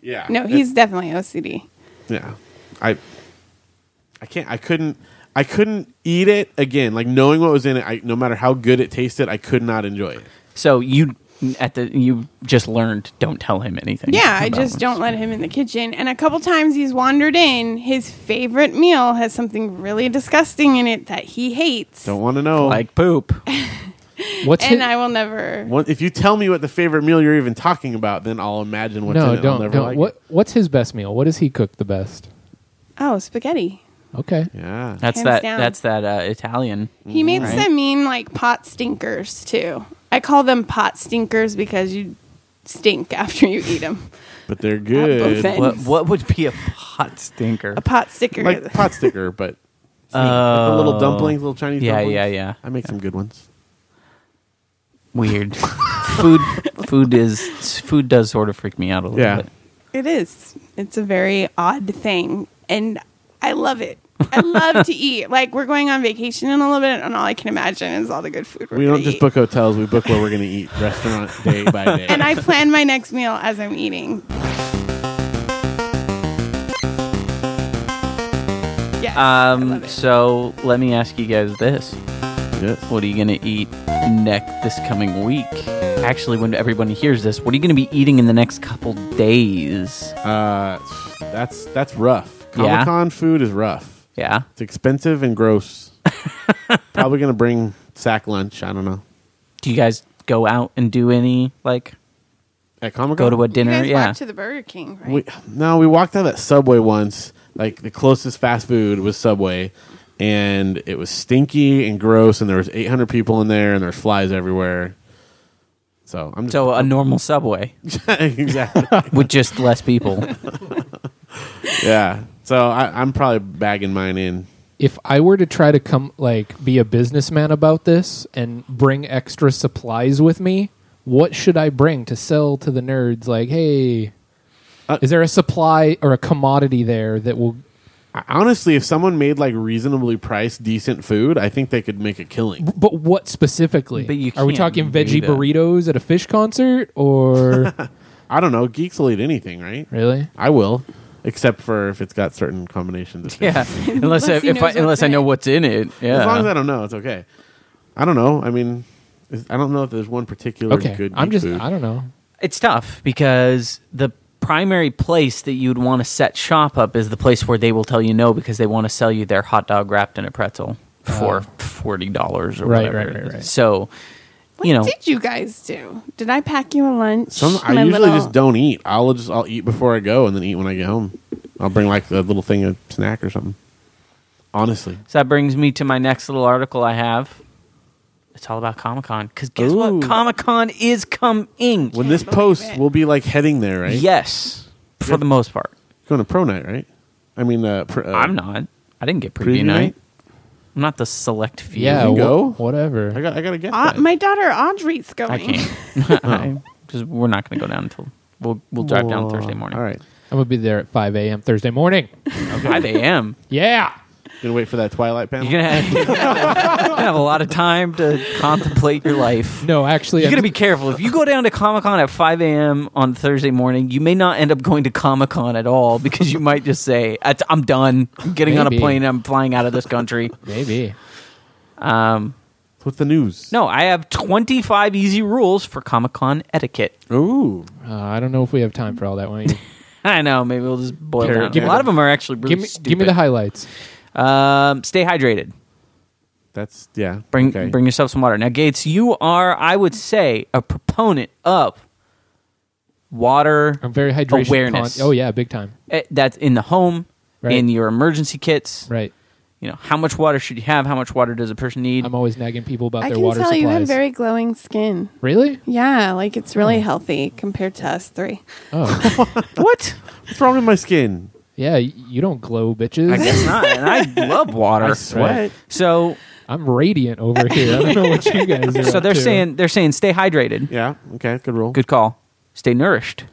S3: yeah,
S4: No, he's definitely OCD.
S3: yeah. I, I can't. I couldn't. I couldn't eat it again. Like knowing what was in it, I, no matter how good it tasted, I could not enjoy it.
S1: So you at the you just learned don't tell him anything.
S4: Yeah, I
S1: about
S4: just
S1: us.
S4: don't let him in the kitchen. And a couple times he's wandered in. His favorite meal has something really disgusting in it that he hates.
S3: Don't want to know.
S1: like poop.
S2: What's
S4: and
S2: hi-
S4: I will never.
S3: One- if you tell me what the favorite meal you're even talking about, then I'll imagine what's in
S2: no,
S3: it. I'll
S2: don't,
S3: never
S2: don't.
S3: like
S2: what
S3: it.
S2: what's his best meal? What does he cook the best?
S4: Oh, spaghetti.
S2: Okay.
S3: Yeah.
S1: That's
S4: Hands
S1: that.
S4: down.
S1: That's that uh, Italian.
S3: Mm-hmm.
S4: He made
S1: Right.
S4: some mean like pot stinkers too. I call them pot stinkers because you stink after you eat them.
S3: but they're
S4: both
S3: good.
S4: ends.
S1: What what would be a pot stinker?
S4: A pot sticker.
S3: Like pot sticker, but like the little dumplings, little Chinese
S1: Oh. Yeah,
S3: dumplings.
S1: yeah, yeah.
S3: I make some good ones.
S1: weird. food food is food does sort of freak me out a little
S3: Yeah.
S1: bit.
S4: it is. It's a very odd thing, and I love it. I love to eat. Like we're going on vacation in a little bit, and all I can imagine is all the good food. We're
S3: We
S4: gonna
S3: don't just
S4: eat.
S3: book hotels; we book where we're going to eat, restaurant day by day.
S4: And I plan my next meal as I'm eating. Yes, I love
S1: Um,
S4: it.
S1: so let me ask you guys this:
S3: Yes.
S1: What are you gonna eat next this coming week? Actually, when everyone hears this, what are you gonna be eating in the next couple days?
S3: Uh, that's that's rough.
S1: Yeah.
S3: Comic Con food is rough.
S1: Yeah,
S3: It's expensive and gross. Probably gonna bring sack lunch. I don't know.
S1: do you guys go out and do any like
S3: At Comic
S1: go
S3: Con,
S1: to a
S4: you
S1: dinner?
S4: guys
S1: yeah,
S4: walked to the Burger King, right?
S3: We, no, we walked out at Subway once. Like the closest fast food was Subway, and it was stinky and gross. And there was 800 people in there, and there's flies everywhere. So I'm just
S1: So a normal subway
S3: exactly
S1: with just less people.
S3: yeah. So I, I'm probably bagging mine in.
S2: if I were to try to come like be a businessman about this and bring extra supplies with me, what should I bring to sell to the nerds? Like, hey,
S3: Uh,
S2: is there a supply or a commodity there that will?
S3: I- Honestly, if someone made like reasonably priced, decent food, I think they could make a killing.
S2: But what specifically?
S1: But you
S2: Are we
S1: can't
S2: talking
S1: do
S2: veggie
S1: that.
S2: burritos at a fish concert or
S3: I don't know. Geeks will eat anything, right?
S2: really?
S3: I will, except for if it's got certain combinations. Of things.
S1: Yeah, unless I,
S4: Unless he
S1: if I,
S4: knows
S1: unless
S4: what's
S1: I know
S4: in it.
S1: what's in it. Yeah,
S3: As long as I don't know, it's okay. I don't know. I mean, is- I don't know if there's one particular
S2: Okay,
S3: good.
S2: I'm
S3: geek
S2: just
S3: food.
S2: I don't know.
S1: it's tough because the primary place that you'd want to set shop up is the place where they will tell you no because they want to sell you their hot dog wrapped in a pretzel for forty dollars or
S2: Right,
S1: whatever.
S2: right, right, right.
S1: So,
S4: What
S1: you know,
S4: did you guys do? Did I pack you a lunch?
S3: Some I
S4: My
S3: usually
S4: little-
S3: just don't eat. I'll just I'll eat before I go, and then eat when I get home. I'll bring like a little thing of snack or something. Honestly,
S1: so that brings me to my next little article I have. It's all about Comic Con because guess
S3: Ooh.
S1: what? Comic Con is coming.
S3: when this
S4: believe
S3: post
S4: it.
S3: will be like heading there, right?
S1: Yes, for the most part.
S3: going to pro night, right? I mean, uh, pr- uh,
S1: I'm not. I didn't get preview,
S3: preview
S1: night.
S3: night.
S1: I'm not the select few.
S2: Yeah,
S3: can
S2: wh-
S3: go.
S2: whatever.
S3: I got I got to get
S4: Au-
S3: that.
S4: Uh, my daughter Audrey's going.
S1: I can't because we're not going to go down until we'll we'll drive down
S3: Oh. Whoa.
S1: Thursday morning.
S3: All right,
S2: I'm gonna be there at 5 a.m. Thursday morning.
S1: five a.m.
S2: Yeah,
S3: gonna wait for that Twilight panel.
S1: You're gonna have, you're gonna have a lot of time to contemplate your life.
S2: no, actually,
S1: You're
S2: I'm-
S1: gonna be careful. If you go down to Comic Con at 5 a.m. on Thursday morning, you may not end up going to Comic Con at all because you might just say, "That's- "I'm done. I'm getting on a
S2: Maybe.
S1: plane. I'm flying out of this country."
S2: maybe.
S1: Um,
S3: What's the news?
S1: no, I have 25 easy rules for Comic Con etiquette.
S3: Ooh,
S2: Uh, I don't know if we have time for all that. Why don't you-
S1: I know. Maybe we'll just boil
S3: Here,
S1: down.
S3: give
S1: A
S3: me
S1: lot
S3: the-
S1: of them are actually really
S2: give me
S1: stupid.
S2: give me the highlights.
S1: Um, stay hydrated.
S3: that's yeah.
S1: Bring
S3: okay.
S1: bring yourself some water. Now, Gates, you are, I would say, a proponent of water
S2: I'm very hydration
S1: Awareness.
S2: con- oh yeah, big time.
S1: eh, that's in the home,
S2: Right.
S1: in your emergency kits.
S2: Right.
S1: You know, how much water should you have? How much water does a person need?
S2: I'm always nagging people about
S4: I
S2: their
S4: can tell
S2: water supplies.
S4: you have very glowing skin.
S2: really?
S4: Yeah, like it's really healthy compared to us three.
S2: Oh
S1: what?
S3: What's wrong with my skin?
S2: yeah, y- you don't glow, bitches.
S1: I guess not. And I love water.
S3: I sweat.
S1: So,
S2: I'm radiant over here. I don't know what you guys are.
S1: so
S2: up
S1: they're
S2: to.
S1: saying they're saying stay hydrated.
S3: Yeah. Okay. Good rule.
S1: Good call. Stay nourished.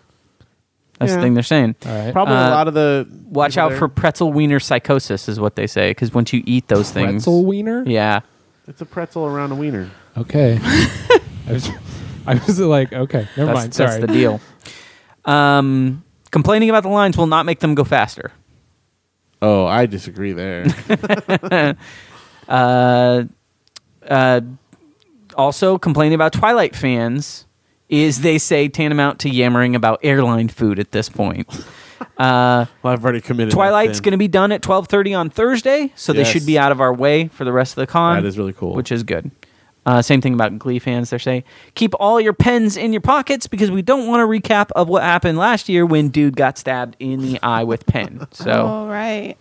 S1: That's
S3: Yeah.
S1: the thing they're saying.
S2: All right.
S3: Probably
S1: Uh,
S3: a lot of the
S1: Watch
S3: people
S1: out
S3: there-
S1: for pretzel wiener psychosis, is what they say. Because once you eat those things,
S2: pretzel Uh, wiener.
S1: yeah,
S3: It's a pretzel around a wiener.
S2: Okay. I was, I was like, okay, never
S1: that's,
S2: mind.
S1: that's
S2: Sorry.
S1: the deal. Um, complaining about the lines will not make them go faster.
S3: Oh, I disagree there.
S1: Uh, uh, also, complaining about Twilight fans is they say tantamount to yammering about airline food at this point.
S3: well, I've already committed.
S1: Twilight's going to be done at twelve thirty on Thursday, so they
S3: Yes.
S1: should be out of our way for the rest of the con.
S3: That is really cool.
S1: which is good. Uh, same thing about Glee fans. They're saying keep all your pens in your pockets because we don't want a recap of what happened last year when dude got stabbed in the eye with pen. So,
S4: Oh, right.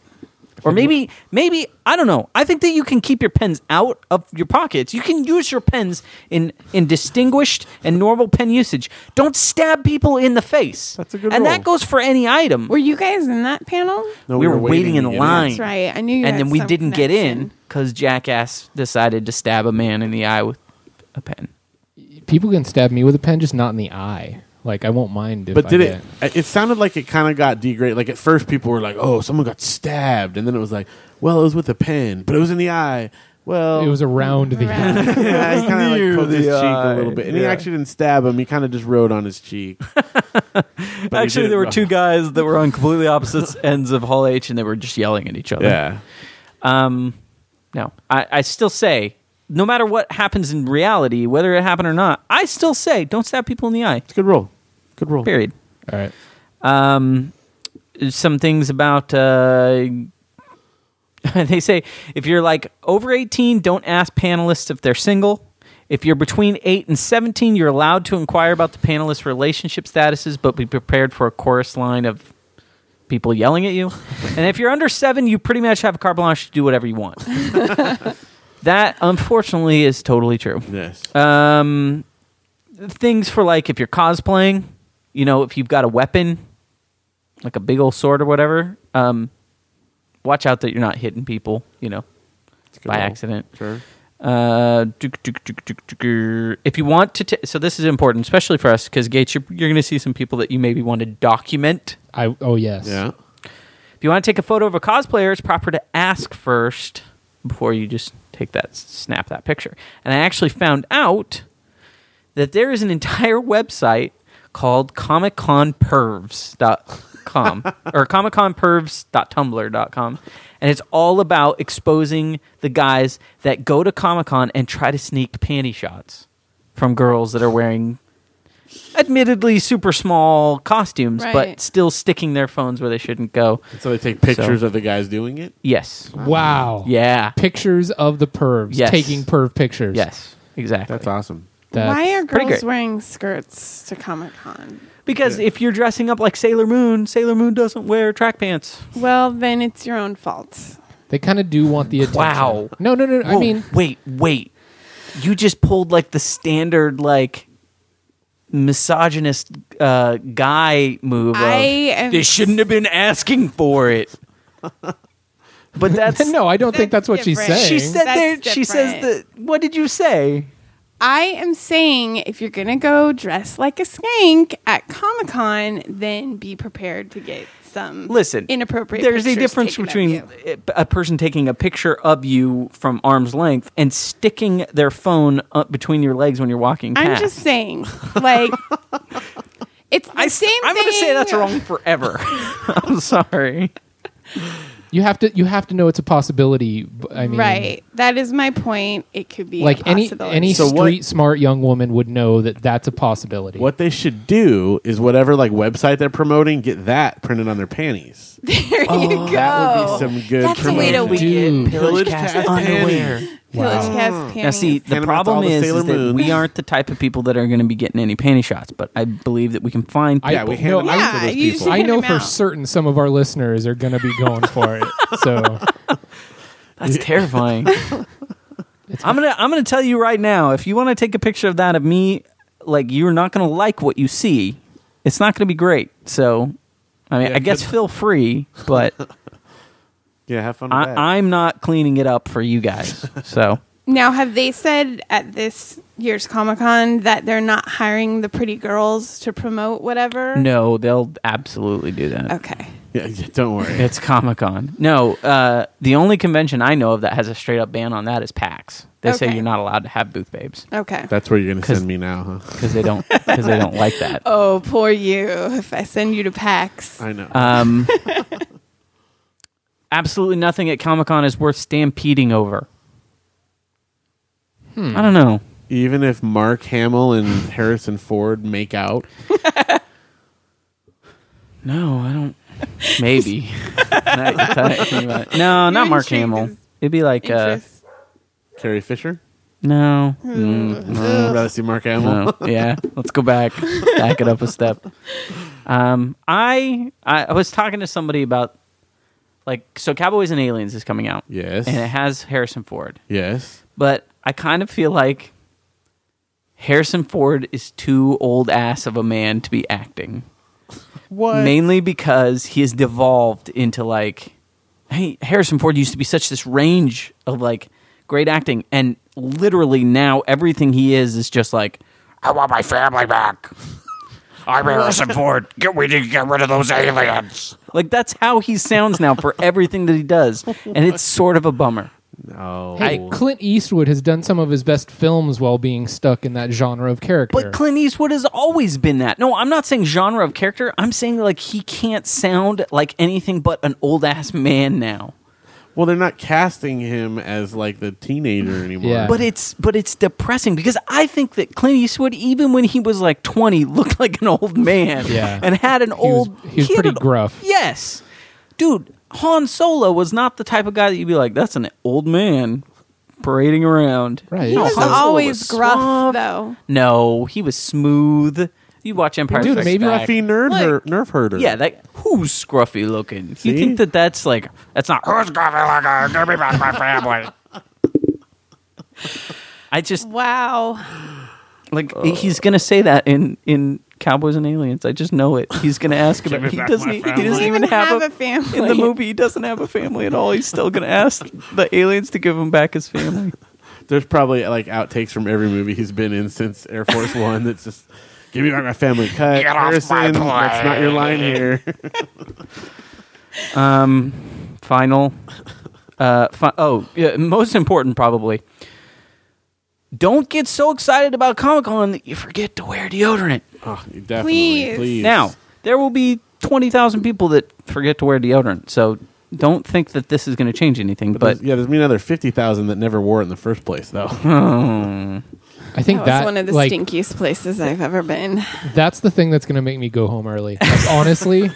S1: or maybe, maybe I don't know. I think that you can keep your pens out of your pockets. You can use your pens in in distinguished and normal pen usage. Don't stab people in the face.
S3: That's a good
S1: And
S3: rule.
S1: that goes for any item.
S4: Were you guys in that panel?
S3: No,
S1: we were waiting in
S3: to get
S1: line.
S4: That's right. I knew you.
S1: and
S4: had
S1: then we
S4: some
S1: didn't get in
S4: connection.
S1: because jackass decided to stab a man in the eye with a pen.
S2: People can stab me with a pen, just not in the eye. Like I won't mind if
S3: But
S2: I
S3: did
S2: get-
S3: it? It sounded like it kind of got degraded. Like at first, people were like, "Oh, someone got stabbed," and then it was like, "Well, it was with a pen, but it was in the eye." Well,
S2: It was around the
S4: Right.
S3: yeah, he kind
S1: near
S3: of like poked his
S1: the
S3: cheek
S1: eye.
S3: a little bit, and he
S1: Yeah.
S3: actually didn't stab him. He kind of just rode on his cheek. But he
S1: Actually, there
S3: did it
S1: were
S3: wrong.
S1: two guys that were on completely opposite ends of Hall H, and they were just yelling at each other.
S3: Yeah,
S1: Um, no, I, I still say, no matter what happens in reality, whether it happened or not, I still say, don't stab people in the eye.
S3: it's a good roll. Good roll.
S1: Period.
S2: All right.
S1: Um, some things about. Uh, they say if you're like over 18, don't ask panelists if they're single. If you're between 8 and 17, you're allowed to inquire about the panelists' relationship statuses, but be prepared for a chorus line of people yelling at you. and if you're under 7, you pretty much have carte blanche to do whatever you want. Uh, that, unfortunately, is totally true.
S3: Yes.
S1: Um, things for like if you're cosplaying, you know, if you've got a weapon, like a big old sword or whatever, um, watch out that you're not hitting people, you know, by accident.
S3: Sure.
S1: Uh, tuk, tuk, tuk, tuk, tuk, er. if you want to, t- so this is important, especially for us, because Gates, you're, you're going to see some people that you maybe want to document.
S2: I oh yes.
S3: Yeah.
S1: If you want to take a photo of a cosplayer, it's proper to ask first before you just take that snap that picture. And I actually found out that there is an entire website called comicconpervs.com or comicconpervs.tumblr.com and it's all about exposing the guys that go to comic-con and try to sneak panty shots from girls that are wearing admittedly super small costumes but
S4: Right.
S1: still sticking their phones where they shouldn't go
S3: And so they take pictures of the guys doing it.
S1: Yes.
S2: Wow.
S1: Yeah.
S2: Pictures of the pervs.
S1: Yes.
S2: Taking perv pictures.
S1: Yes. Exactly.
S3: That's awesome.
S2: That's-
S4: Why are
S1: pretty
S4: girls
S1: great.
S4: wearing skirts to Comic Con?
S1: Because if you're dressing up like Sailor Moon, Sailor Moon doesn't wear track pants.
S4: Well, then it's your own fault.
S2: They kind of do want the attention.
S1: Wow.
S2: No, no, no. I
S1: Whoa,
S2: mean,
S1: wait, wait. You just pulled like the standard like misogynist uh, guy move.
S4: I
S1: of,
S4: am-
S1: They shouldn't have been asking for it. but that's
S2: no, I don't think that's what she's
S4: different.
S2: saying.
S1: She said
S4: That's
S1: there. She says
S4: different.
S1: that. What did you say?
S4: I am saying if you're going to go dress like a skank at Comic Con, then be prepared to get some
S1: listen
S4: inappropriate
S1: there's a
S4: pictures
S1: difference
S4: taken of
S1: between
S4: you.
S1: a a person taking a picture of you from arm's length and sticking their phone up between your legs when you're walking
S4: I'm
S1: past.
S4: just saying, like, it's the
S1: I,
S4: same
S1: am
S4: thing.
S1: gonna say that's wrong forever. I'm sorry.
S2: you have to you have to know it's a possibility. b- I mean,
S4: Right. That is my point. It could be
S2: Like
S4: a
S2: any
S4: possibility.
S2: any
S3: So what-
S2: street smart young woman would know that that's a possibility.
S3: What they should do is whatever like website they're promoting, get that printed on their panties.
S4: there you go.
S3: oh, That would be some good
S4: That's the way to
S3: promotion.
S4: win.
S2: Dude.
S1: Pillage
S3: cast
S1: cast underwear.
S4: Pillage
S2: Wow.
S4: has panties.
S1: Now, see, the
S3: Hand 'em out to all
S1: problem
S3: the
S1: is,
S3: Sailor
S1: is that
S3: Moons.
S1: we aren't the type of people that are going to be getting any panty shots. But I believe that we can find.
S2: I-
S1: People.
S3: Yeah, we hand
S2: No,
S3: them out
S4: yeah,
S3: to those
S4: you
S3: people.
S4: should-
S2: I know
S4: Hand 'em
S2: for
S4: out.
S2: certain some of our listeners are going to be going for it. So
S1: That's terrifying. I'm gonna I'm gonna tell you right now. If you want to take a picture of that of me, like you're not gonna like what you see. It's not gonna be great. So, I mean,
S3: Yeah,
S1: I guess
S3: good.
S1: feel free, but
S3: yeah, have fun with that.
S1: I, I'm not cleaning it up for you guys. So,
S4: Now, have they said at this year's Comic Con that they're not hiring the pretty girls to promote whatever?
S1: no, they'll absolutely do that.
S4: Okay.
S3: yeah, yeah, don't worry.
S1: It's Comic Con. No, uh, the only convention I know of that has a straight up ban on that is PAX. They say
S4: Okay.
S1: you're not allowed to have booth babes
S4: Okay.
S3: That's where you're going to
S1: 'Cause-
S3: send me now, huh?
S1: because they don't because they don't like that.
S4: oh, poor you. If I send you to PAX.
S3: I know.
S1: Um, absolutely nothing at Comic Con is worth stampeding over. I don't know.
S3: Even if Mark Hamill and Harrison Ford make out,
S1: No, I don't. Maybe. Not- not- no, not Mark
S4: intrigued
S1: Hamill.
S4: is
S1: It'd be like uh,
S4: Interest.
S3: Carrie Fisher.
S1: no, mm,
S3: I'd rather see Mark Hamill.
S1: no. Yeah, let's go back, back it up a step. Um, I I I was talking to somebody about like so Cowboys and Aliens is coming out.
S3: Yes.
S1: and it has Harrison Ford.
S3: Yes.
S1: but I kind of feel like Harrison Ford is too old ass of a man to be acting.
S3: What?
S1: Mainly because he has devolved into like, hey, Harrison Ford used to be such this range of like great acting, and literally now everything he is is just like,
S5: I want my family back. I'm Harrison Ford. Get, we need to get rid of those aliens.
S1: like that's how he sounds now for everything that he does, and it's sort of a bummer.
S3: no.
S2: hey, Clint Eastwood has done some of his best films while being stuck in that genre of character.
S1: But Clint Eastwood has always been that. No, I'm not saying genre of character. I'm saying like he can't sound like anything but an old ass man now.
S3: well, they're not casting him as like the teenager anymore.
S2: Yeah.
S1: But it's but it's depressing because I think that Clint Eastwood, even when he was like 20, looked like an old man.
S2: Yeah.
S1: and had an
S2: was-
S1: old.
S2: he was
S1: had
S2: pretty
S1: an-
S2: gruff.
S1: Yes, dude. Han Solo was not the type of guy that you'd be like, that's an old man parading around.
S2: Right.
S4: He
S2: No,
S4: was
S1: Han Solo
S4: always
S1: was
S4: gruff,
S1: suave.
S4: though.
S1: No, he was smooth. You watch Empire
S2: Dude,
S1: Strikes
S2: maybe
S1: Back.
S3: Scruffy nerd her,
S1: Like-
S3: nerf herder.
S1: Yeah, that who's scruffy looking? You
S3: See?
S1: think that that's like that's not?
S5: Who's gonna like uh, give me back my family?
S1: I just
S4: Wow.
S1: Like he's gonna say that in in Cowboys and Aliens. I just know it. He's gonna ask about.
S5: me
S1: He
S5: back
S1: doesn't. e,
S5: my
S1: He
S5: family.
S1: doesn't even have a
S4: family.
S1: in the movie. He doesn't have a family at all. He's still gonna ask the aliens to give him back his family.
S3: There's probably like outtakes from every movie he's been in since Air Force One. That's just give me back my family. Cut.
S5: Get off my
S3: Harrison, That's not your line here.
S1: final uh fi- oh yeah, most important probably don't get so excited about comic-con that you forget to wear deodorant
S3: oh, you definitely,
S4: Please.
S3: please.
S1: now there will be 20000 people that forget to wear deodorant so don't think that this is going to change anything but,
S3: There's- yeah, there's me another fifty thousand that never wore it in the first place, though.
S2: I think
S4: That
S2: that
S4: was one of the
S2: like,
S4: stinkiest places I've ever been.
S2: That's the thing that's going to make me go home early. Like, honestly,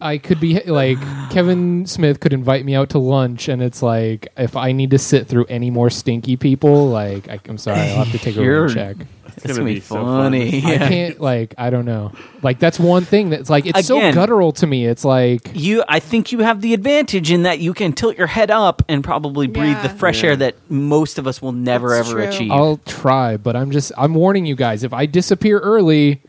S2: I could be like Kevin Smith could invite me out to lunch, and it's like if I need to sit through any more stinky people, like I, I'm sorry, I'll have to take a
S1: You're-
S2: rain check.
S1: it's
S3: gonna
S1: going to be,
S3: be so
S1: funny
S2: I
S1: Yeah.
S2: can't like I don't know. Like that's one thing that's like it's
S1: Again.
S2: so guttural to me. It's like
S1: you i think you have the advantage in that you can tilt your head up and probably breathe the
S4: Yeah.
S1: fresh air that most of us will never
S4: That's
S1: ever
S4: true.
S1: achieve
S2: I'll try, but I'm just I'm warning you guys. If I disappear early,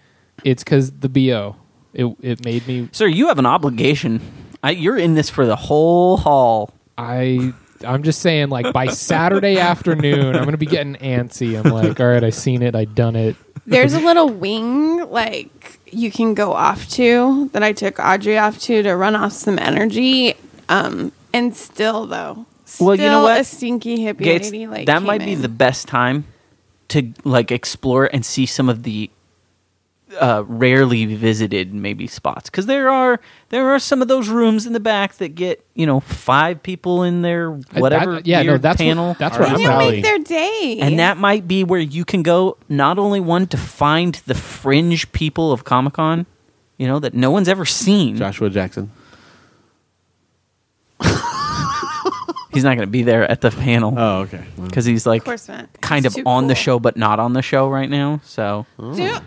S2: it's because the bo. It it made me.
S1: sir you have an obligation I, you're in this for the whole haul
S2: I I'm just saying, like by Saturday afternoon, I'm gonna be getting antsy. I'm like, all right, I seen it, I done it.
S4: There's a little wing like you can go off to that I took Audrey off to to run off some energy. Um, and still though, still
S1: Well, you know what?
S4: a stinky hippie
S1: Gates,
S4: lady like
S1: that
S4: came
S1: might be
S4: in.
S1: the best time to like explore and see some of the uh, rarely visited maybe spots because there are there are some of those rooms in the back that get you know five people in their
S2: I-
S1: whatever
S2: Uh, that- yeah, no,
S1: weird
S2: that's what-
S1: panel
S2: that's where
S3: Artist
S2: I'm
S4: You
S2: at.
S3: alley.
S4: make their day,
S1: and that might be where you can go not only one to find the fringe people of Comic Con you know that no one's ever seen
S3: Joshua Jackson.
S1: he's not going to be there at the
S2: Uh,
S1: panel
S3: Oh, okay. Well,
S1: because he's
S4: of
S1: like
S4: course not.
S1: kind
S4: It's
S1: of
S4: too
S1: on the
S4: cool.
S1: show but not on the show right now so.
S4: Do-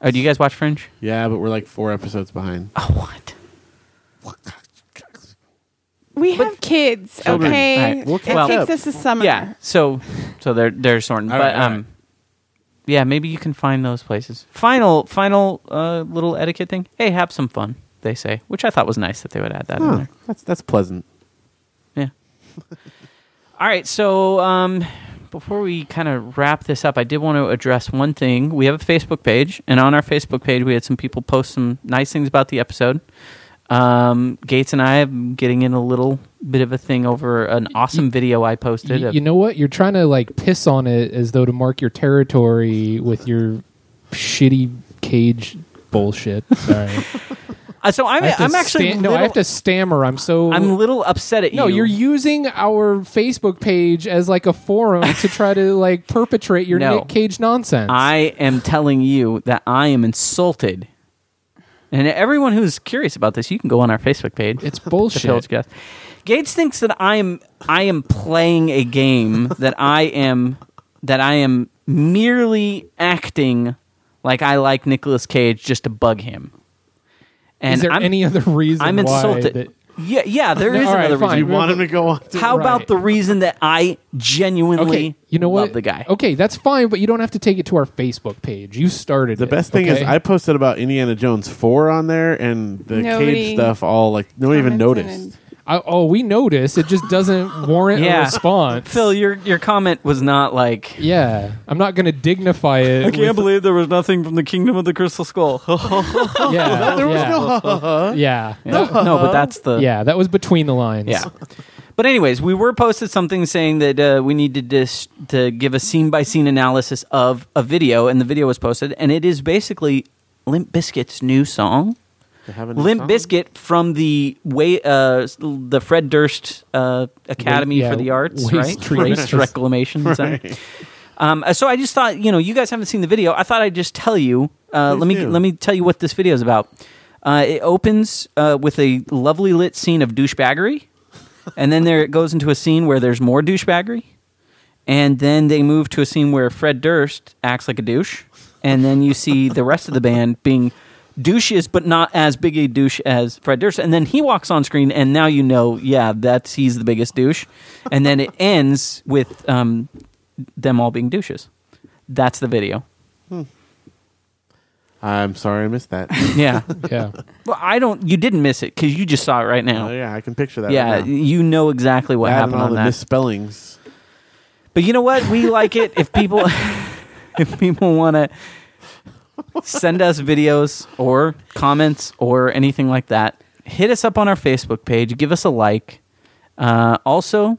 S1: Oh, do you guys watch Fringe?
S3: Yeah, but we're like four episodes behind.
S1: Oh, what?
S4: we have kids,
S3: Children.
S4: okay?
S1: All right, we'll
S4: it
S1: catch
S4: takes
S3: up.
S4: us a summer.
S1: Yeah. So, so they're they're sorting,
S3: All
S1: but
S3: right, all
S1: um,
S3: right.
S1: yeah, maybe you can find those places. Final, final uh, little etiquette thing. Hey, have some fun. They say, which I thought was nice that they would add that in
S3: Huh,
S1: there.
S3: that's that's pleasant.
S1: Yeah. All right. So, um, before we kind of wrap this up, I did want to address one thing. We have a Facebook page, and on our Facebook page, we had some people post some nice things about the episode. Um, Gates and I am getting in a little bit of a thing over an awesome video I posted.
S2: You,
S1: of-
S2: you know what? You're trying to like piss on it as though to mark your territory with your shitty cage bullshit. Sorry,
S1: Uh, so I'm,
S2: I have to
S1: I'm actually
S2: stam- no. I
S1: little-
S2: have to stammer. I'm so
S1: I'm little upset at
S2: no.
S1: you.
S2: You're using our Facebook page as like a forum to try to like perpetrate your
S1: No.
S2: Nick Cage nonsense.
S1: I am telling you that I am insulted. And everyone who's curious about this, you can go on our Facebook page.
S2: it's
S1: The Pillage
S2: bullshit.
S1: Guest. Gates thinks that I am I am playing a game that I am that I am merely acting like I like Nicolas Cage just to bug him. And
S2: Is there
S1: I'm,
S2: any other reason?
S1: I'm
S2: why
S1: insulted.
S2: that-
S1: yeah, yeah, there
S2: No,
S1: is
S2: all right,
S1: another
S2: fine.
S3: You
S1: reason.
S3: want him to go on? To
S1: How about
S2: Right.
S1: the reason that I genuinely
S2: okay, you know
S1: love
S2: what?
S1: the guy?
S2: Okay, that's fine, but you don't have to take it to our Facebook page. You started
S3: The
S2: it,
S3: best thing is
S2: okay?
S3: I posted about Indiana Jones four on there, and the
S4: Nobody
S3: cage stuff all like no one even
S4: commented
S3: noticed.
S2: I, oh, we notice it just doesn't warrant
S1: Yeah.
S2: a response.
S1: Phil, your your comment was not like
S2: yeah, I'm not going to dignify it. with-
S1: believe there was nothing from the Kingdom of the Crystal Skull.
S2: yeah, yeah, yeah,
S1: no, but that's the
S2: yeah. That was between the lines.
S1: yeah. But anyways, we were posted something saying that uh, we needed to s- to give a scene by scene analysis of a video, and the video was posted, and it is basically Limp Bizkit's new song,
S3: They have a new
S1: Limp
S3: song?
S1: Bizkit from the way uh, s- the Fred Durst uh, Academy
S2: yeah,
S1: for the Arts,
S2: Waste
S1: right?
S2: Treatment.
S1: Waste Reclamation Center. Um, so I just thought, you know, you guys haven't seen the video. I thought I'd just tell you. Uh,
S3: Please
S1: let me
S3: do.
S1: let me tell you what this video is about. Uh, it opens uh, with a lovely lit scene of douchebaggery, and then there it goes into a scene where there's more douchebaggery, and then they move to a scene where Fred Durst acts like a douche, and then you see the rest of the band being douches, but not as big a douche as Fred Durst, and then he walks on screen, and now you know, yeah, that's he's the biggest douche, and then it ends with um, them all being douches. That's the video.
S3: I'm sorry I missed that.
S1: Yeah.
S2: Yeah.
S1: well, I don't. You didn't miss it because you just saw it right now.
S3: Oh, yeah, I can picture that.
S1: yeah,
S3: right now.
S1: you know exactly what
S3: That and
S1: happened
S3: all
S1: on
S3: the
S1: that.
S3: misspellings.
S1: But you know what? We like it if people if people want to send us videos or comments or anything like that. Hit us up on our Facebook page. Give us a like. Uh, also,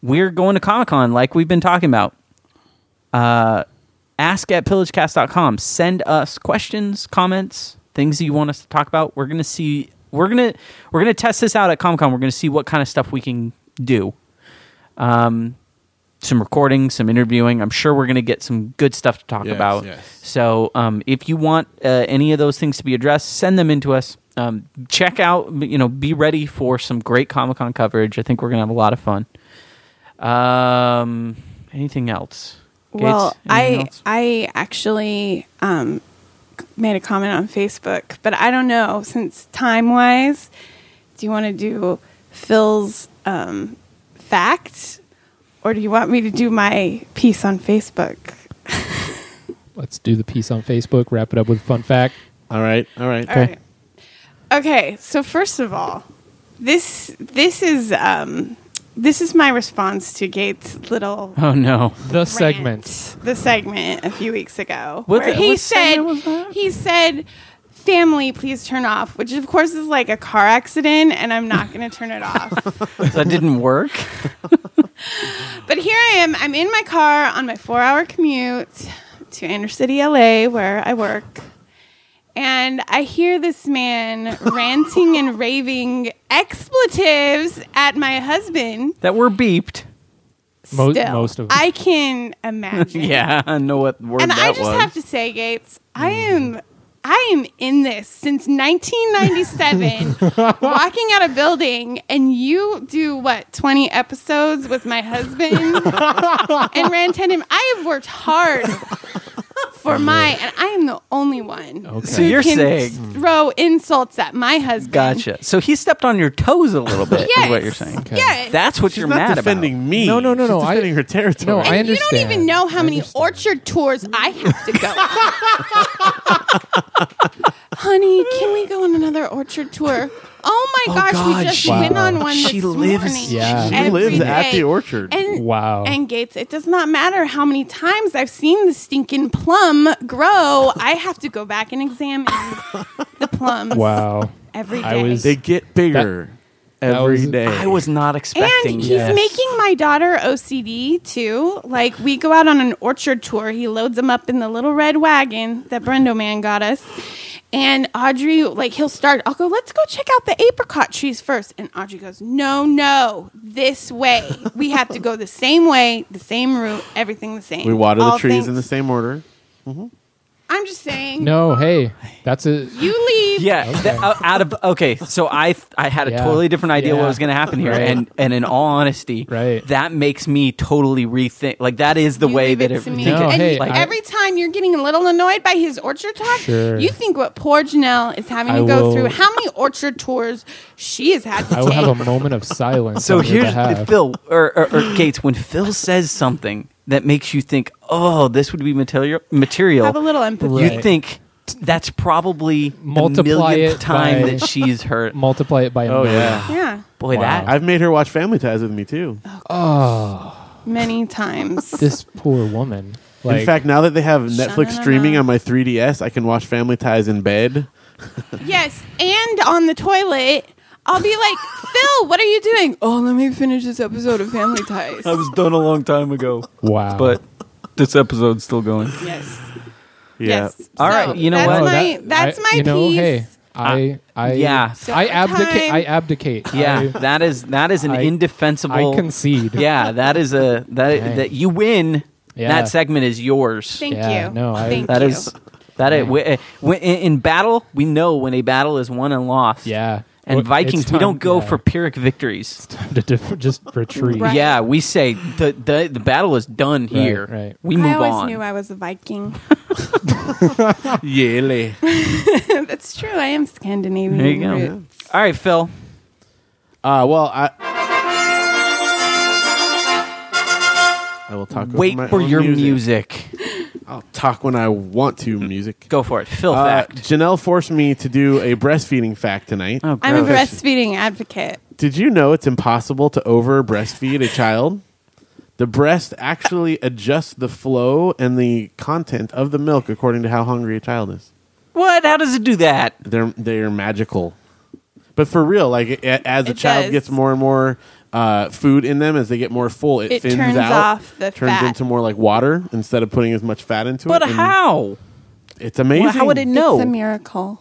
S1: we're going to Comic Con like we've been talking about. Uh, ask at pillagecast.com. Send us questions, comments, things that you want us to talk about. We're gonna see. We're gonna we're gonna test this out at Comic Con. We're gonna see what kind of stuff we can do Um, some recording, some interviewing. I'm sure we're going to get some good stuff to talk
S3: Yes,
S1: about.
S3: yes.
S1: So, um, if you want uh, any of those things to be addressed, send them in to us. Um, check out, you know, be ready for some great Comic Con coverage. I think we're going to have a lot of fun. Um, anything else? Gates,
S4: Well,
S1: anything
S4: I
S1: else?
S4: I actually um, c- made a comment on Facebook, but I don't know since time wise. Do you want to do Phil's um, fact, or do you want me to do my piece on Facebook?
S2: Let's do the piece on Facebook. Wrap it up with a fun fact.
S3: All right, all right.
S4: All right. Okay. So first of all, this this is um, this is my response to Gates' little
S1: oh no,
S2: The segment.
S4: rant, the segment a few weeks ago
S1: What
S4: where
S1: the-
S4: he
S1: what
S4: said
S1: segment was that?
S4: he said family please turn off which of course is like a car accident and i'm not going to turn it off
S1: that didn't work.
S4: but here i am i'm in my car on my four hour commute to inner city la where i work and i hear this man ranting and raving expletives at my husband
S1: That were beeped.
S2: Mo-
S4: still
S2: most of them.
S4: i can imagine
S1: Yeah, I know what word
S4: and
S1: that Mm.
S4: I just
S1: was.
S4: have to say, Gates, I am. I am in this since 1997, walking out a building, and you do what 20 episodes with my husband and ran tandem. I have worked hard for my, and I am the only one.
S1: So you're saying-
S4: throw insults at my husband?
S1: gotcha. So he stepped on your toes a little bit. Is what
S4: Yes.
S1: you're saying.
S2: Okay.
S4: Yes.
S1: That's what
S3: She's
S1: you're
S3: not
S1: mad
S3: defending
S1: about.
S3: me.
S2: No, no, no,
S3: She's
S2: no, I-
S3: defending her territory.
S2: No, I
S4: and you don't
S2: understand.
S4: even know how
S2: I
S4: many
S2: understand.
S4: orchard tours I have to go on. Honey, can we go on another orchard tour? Oh my gosh,
S1: God,
S4: we just
S1: she-
S4: went
S2: Wow.
S4: on one
S1: she
S4: this
S1: lives-
S4: morning.
S2: Yeah. She
S3: She
S4: every
S3: lives at
S4: day.
S3: the orchard.
S4: And,
S2: Wow.
S4: and Gates, it does not matter how many times I've seen the stinking plum grow. I have to go back and examine the plums
S2: wow.
S4: every day.
S2: I was-
S3: they get bigger every
S2: that
S3: day.
S2: was-
S1: I was not expecting.
S4: And he's
S2: Yes.
S4: making my daughter OCD too. Like we go out on an orchard tour. He loads them up in the little red wagon that Brendo Man got us. And Audrey, like he'll start. I'll go. Let's go check out the apricot trees first. And Audrey goes, No, no, this way. We have to go the same way, the same route, everything the same.
S3: We water the
S4: All
S3: trees
S4: things-
S3: in the same order.
S4: I'm just saying.
S2: No, hey, that's a.
S4: You leave.
S1: Yeah, that- out- out of okay. So I I had a
S2: Yeah.
S1: totally different idea what
S2: Yeah.
S1: was going to happen here,
S2: Right.
S1: and and in all honesty,
S2: Right.
S1: that makes me totally rethink. Like that is the
S4: You
S1: way
S4: leave
S1: that
S4: it
S1: it,
S4: to me.
S1: think
S2: No,
S1: it-
S4: and
S2: hey,
S1: like,
S2: I-
S4: every time you're getting a little annoyed by his orchard talk,
S2: Sure.
S4: you think what poor Janelle is having to
S2: I
S4: go
S2: will-
S4: through, how many orchard tours she has had to
S2: I
S4: take.
S2: will have a moment of silence.
S1: so
S2: on your
S1: here's
S2: behalf.
S1: Phil or, or, or Gates. When Phil says something that makes you think, oh, this would be material material,
S4: Have a little empathy.
S1: you
S2: Right.
S1: think that's probably
S2: Multiply
S1: the millionth
S2: it
S1: time
S2: by-
S1: that she's hurt.
S2: multiply it by
S1: Oh,
S2: a million.
S4: Yeah,
S1: Boy,
S2: Wow.
S1: that
S3: Oh, I've made her watch Family Ties with me too.
S4: many times.
S2: Ah, This poor woman. Like,
S3: in fact, now that they have Netflix
S4: Sha-na-na-na.
S3: streaming on my 3DS, I can watch Family Ties in bed.
S4: yes, and on the toilet, I'll be like, Phil, what are you doing? Oh, let me finish this episode of Family Ties.
S1: was done a long time ago,
S2: wow.
S1: this episode's still going.
S4: yes,
S3: Yeah.
S4: yes.
S1: All
S4: So
S1: right, you know
S4: that's
S1: what?
S2: No,
S4: My,
S2: that-
S4: that's
S2: I-
S4: my
S2: you know,
S4: piece.
S2: Hey, I, I,
S1: Uh, yeah.
S2: I abdicate.
S4: Summertime.
S2: I abdicate.
S1: Yeah,
S2: I,
S1: that is that is an
S2: I-
S1: indefensible.
S2: I concede.
S1: Yeah, that is a that
S2: Dang.
S1: that you win.
S2: Yeah.
S1: That segment is yours.
S4: Thank
S2: Yeah,
S4: you.
S2: no, I-
S4: Thank
S1: That
S4: you.
S1: is that it. We, uh, we- in, in battle, we know when a battle is won and lost.
S2: Yeah.
S1: and
S2: Well,
S1: Vikings,
S2: it's
S1: we
S2: time-
S1: don't go
S2: yeah.
S1: for pyrrhic victories.
S2: to diff- just retreat.
S4: Right.
S1: Yeah, we say the, the the battle is done here.
S2: right.
S1: We move
S4: I always
S1: on.
S4: knew I was a Viking.
S3: Yearly.
S4: That's true. I am Scandinavian.
S1: there you go.
S4: root.
S1: All right, Phil.
S3: Uh, well, I. I will talk. over
S1: Wait
S3: my
S1: for
S3: own
S1: your music.
S3: I'll talk when I want to. Music.
S1: Go for it. Phil
S3: Uh,
S1: fact.
S3: Janelle forced me to do a breastfeeding fact tonight.
S1: Oh,
S4: I'm a
S1: gross.
S4: breastfeeding advocate.
S3: Did you know it's impossible to over breastfeed a child? The breast actually adjusts the flow and the content of the milk according to how hungry a child is.
S1: What? How does it do that?
S3: They're they're magical, but for real, like a- a- as a
S4: It
S3: child
S4: does.
S3: gets more and more uh, food in them, as they get more full, it,
S4: It
S3: thins
S4: turns
S3: out,
S4: off the
S3: turns
S4: fat.
S3: into more like water instead of putting as much fat into
S1: But
S3: it. and
S1: how?
S3: It's amazing.
S1: Well, how would it
S4: It's a
S1: know?
S4: miracle.